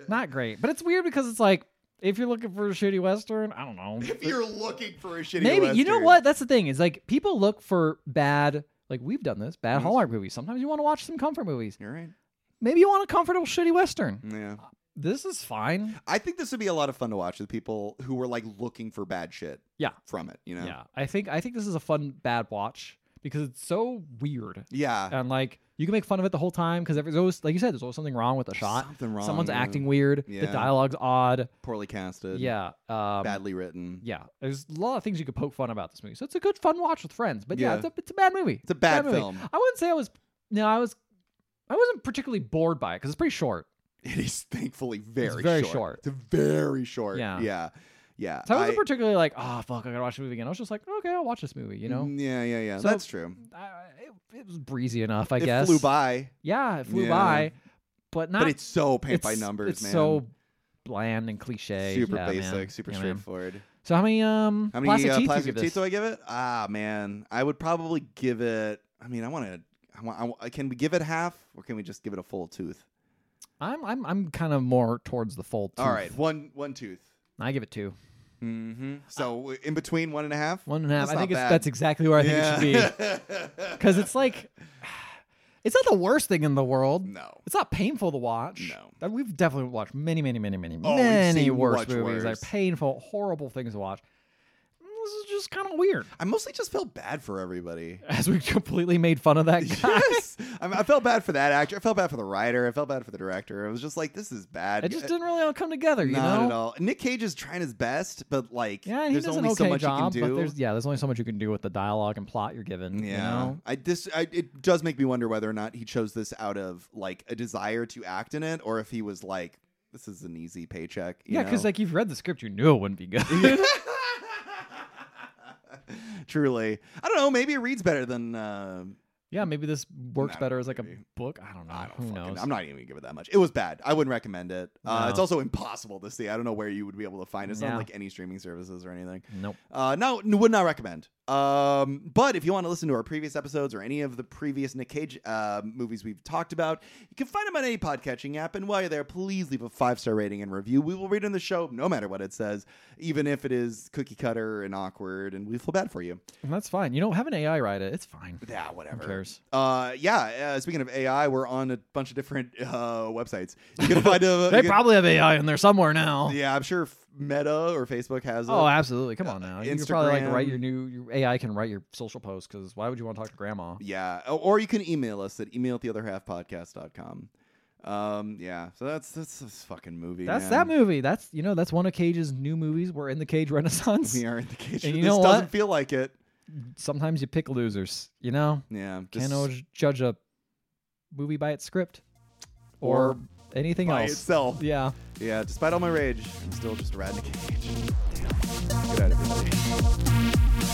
Speaker 1: not great. But it's weird because it's like if you're looking for a shitty western, I don't know.
Speaker 2: if you're looking for a shitty
Speaker 1: Maybe you know
Speaker 2: Western,
Speaker 1: what? That's the thing is like people look for bad. Like we've done this bad
Speaker 2: Mhm.
Speaker 1: Hallmark movies. Sometimes you want to watch some comfort movies.
Speaker 2: You're right.
Speaker 1: Maybe you want a comfortable shitty western.
Speaker 2: Yeah.
Speaker 1: This is fine.
Speaker 2: I think this would be a lot of fun to watch with people who were like looking for bad shit.
Speaker 1: Yeah.
Speaker 2: From it, you know.
Speaker 1: Yeah. I think I think this is a fun bad watch because it's so weird
Speaker 2: Yeah.
Speaker 1: and like you can make fun of it the whole time because there's always like you said there's always something wrong with the shot.
Speaker 2: Something wrong.
Speaker 1: Someone's
Speaker 2: yeah.
Speaker 1: acting weird. The
Speaker 2: Yeah.
Speaker 1: dialogue's odd.
Speaker 2: poorly casted.
Speaker 1: Yeah. Um,
Speaker 2: Badly written.
Speaker 1: Yeah. There's a lot of things you could poke fun about this movie. So it's a good fun watch with friends. But yeah,
Speaker 2: Yeah.
Speaker 1: it's, a, it's a bad movie.
Speaker 2: It's a bad,
Speaker 1: movie.
Speaker 2: film.
Speaker 1: I wouldn't say I was. No, I was. I wasn't particularly bored by it because it's pretty short.
Speaker 2: It is thankfully very,
Speaker 1: very
Speaker 2: short.
Speaker 1: short.
Speaker 2: It's very short.
Speaker 1: Yeah.
Speaker 2: Yeah. Yeah.
Speaker 1: So I wasn't
Speaker 2: I-
Speaker 1: particularly like, oh fuck, I gotta watch the movie again. I was just like, okay, I'll watch this movie. You know,
Speaker 2: Mm, Yeah, yeah, yeah.
Speaker 1: So-
Speaker 2: That's true.
Speaker 1: I, it, it was breezy enough, I
Speaker 2: it
Speaker 1: guess.
Speaker 2: flew by,
Speaker 1: Yeah, it flew
Speaker 2: Yeah.
Speaker 1: by, but not.
Speaker 2: but it's so paint by
Speaker 1: it's-
Speaker 2: numbers,
Speaker 1: it's
Speaker 2: man.
Speaker 1: so bland and cliche.
Speaker 2: super
Speaker 1: Yeah, man.
Speaker 2: basic, super
Speaker 1: Yeah, man.
Speaker 2: straightforward.
Speaker 1: So how many um
Speaker 2: How many
Speaker 1: plastic
Speaker 2: uh,
Speaker 1: teeth
Speaker 2: plastic
Speaker 1: you give this?
Speaker 2: teeth do I give it? Ah, man, I would probably give it. I mean, I want to. I want. I wa- uh, can we give it half, or can we just give it a full tooth?
Speaker 1: I'm I'm I'm kind of more towards the full. Tooth.
Speaker 2: All right, one one tooth.
Speaker 1: I give it two.
Speaker 2: Mm-hmm. So w- in between one and a half.
Speaker 1: Uh, One and a half.
Speaker 2: That's
Speaker 1: I
Speaker 2: not
Speaker 1: think it's,
Speaker 2: bad.
Speaker 1: that's exactly where I think it should be.
Speaker 2: be.
Speaker 1: Because it's like, it's not the worst thing in the world.
Speaker 2: no.
Speaker 1: It's not painful to watch.
Speaker 2: No.
Speaker 1: That- We've definitely watched many, many, many, many,
Speaker 2: Oh, we've
Speaker 1: many
Speaker 2: seen
Speaker 1: worse
Speaker 2: much
Speaker 1: movies. They're
Speaker 2: worse.
Speaker 1: painful, horrible things to watch. This is just kind of weird.
Speaker 2: I mostly just felt bad for everybody.
Speaker 1: As we completely made fun of that guy.
Speaker 2: yes, I, mean, I felt bad for that actor. I felt bad for the writer. I felt bad for the director. I was just like, this is bad.
Speaker 1: It just didn't really all come together, you
Speaker 2: Not
Speaker 1: know?
Speaker 2: at all. Nick Cage is trying his best, but like,
Speaker 1: Yeah, and he
Speaker 2: there's
Speaker 1: does
Speaker 2: only
Speaker 1: an okay
Speaker 2: so much
Speaker 1: job,
Speaker 2: you can do.
Speaker 1: but there's yeah, there's only so much you can do with the dialogue and plot you're given.
Speaker 2: Yeah,
Speaker 1: you know?
Speaker 2: I this I, it does make me wonder whether or not he chose this out of like a desire to act in it, or if he was like, "This is an easy paycheck." You
Speaker 1: yeah, because
Speaker 2: know?
Speaker 1: like you've read the script, you knew it wouldn't be good.
Speaker 2: truly, I don't know. Maybe it reads better than uh,
Speaker 1: yeah, maybe this works
Speaker 2: Not
Speaker 1: better as like a
Speaker 2: really.
Speaker 1: book. I don't know.
Speaker 2: I don't
Speaker 1: Who
Speaker 2: fucking.
Speaker 1: knows?
Speaker 2: I'm not even gonna give it that much. It was bad. I wouldn't recommend it. Uh,
Speaker 1: No.
Speaker 2: it's also impossible to see. I don't know where you would be able to find it. It's
Speaker 1: Yeah.
Speaker 2: not like any streaming services or anything.
Speaker 1: Nope.
Speaker 2: Uh, no, n- would not recommend. Um, but if you want to listen to our previous episodes or any of the previous Nick Cage uh, movies we've talked about, you can find them on any podcatching app. And while you're there, please leave a five star rating and review. We will read it in the show, no matter what it says, even if it is cookie cutter and awkward, and we feel bad for you.
Speaker 1: And that's fine. You don't have an AI write it. It's fine.
Speaker 2: Yeah, whatever.
Speaker 1: Who cares?
Speaker 2: Uh, yeah. Uh, speaking of AI, we're on a bunch of different uh, websites. You can find a.
Speaker 1: They
Speaker 2: you can-
Speaker 1: probably have AI in there somewhere now.
Speaker 2: yeah, I'm sure F- Meta or Facebook has.
Speaker 1: Oh,
Speaker 2: it.
Speaker 1: absolutely. Come on now. You could probably like write
Speaker 2: uh, Instagram.
Speaker 1: your new your AI can write your social posts because why would you want to talk to grandma?
Speaker 2: Yeah. O- Or you can email us at email at the other half podcast.com. Um, yeah. So that's that's this fucking movie.
Speaker 1: That's
Speaker 2: man.
Speaker 1: that movie. That's you know that's one of Cage's new movies. We're in the Cage Renaissance.
Speaker 2: We are in the cage.
Speaker 1: And you
Speaker 2: this
Speaker 1: know
Speaker 2: doesn't
Speaker 1: what?
Speaker 2: feel like it.
Speaker 1: Sometimes you pick losers. You know,
Speaker 2: Yeah.
Speaker 1: can't
Speaker 2: just
Speaker 1: always judge a movie by its script or,
Speaker 2: Or
Speaker 1: anything
Speaker 2: by
Speaker 1: else.
Speaker 2: itself. Yeah.
Speaker 1: Yeah.
Speaker 2: Despite all my rage, I'm still just a rat in a cage. Damn. Good night, everybody.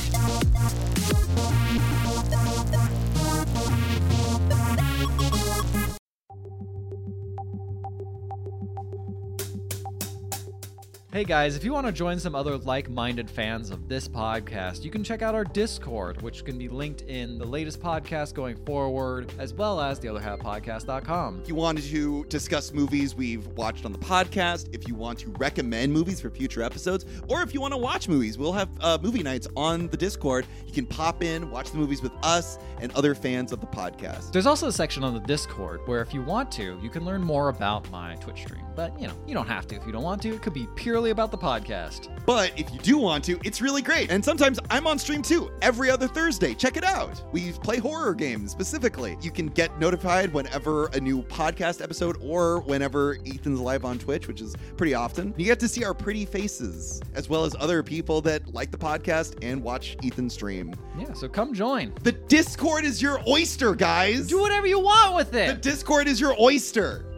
Speaker 1: Hey guys, if you want to join some other like minded fans of this podcast, you can check out our Discord, which can be linked in the latest podcast going forward, as well as the other half podcast.com.
Speaker 2: If you wanted to discuss movies we've watched on the podcast, if you want to recommend movies for future episodes, or if you want to watch movies, we'll have uh, movie nights on the Discord. You can pop in, watch the movies with us and other fans of the podcast.
Speaker 1: There's also a section on the Discord where, if you want to, you can learn more about my Twitch stream. But, you know, you don't have to if you don't want to. It could be purely about the podcast.
Speaker 2: But if you do want to, it's really great. And sometimes I'm on stream too, every other Thursday. Check it out. We play horror games specifically. You can get notified whenever a new podcast episode or whenever Ethan's live on Twitch, which is pretty often. You get to see our pretty faces, as well as other people that like the podcast and watch Ethan stream.
Speaker 1: Yeah, so come join.
Speaker 2: The Discord is your oyster, guys.
Speaker 1: Do whatever you want with
Speaker 2: The
Speaker 1: it.
Speaker 2: Discord is your oyster.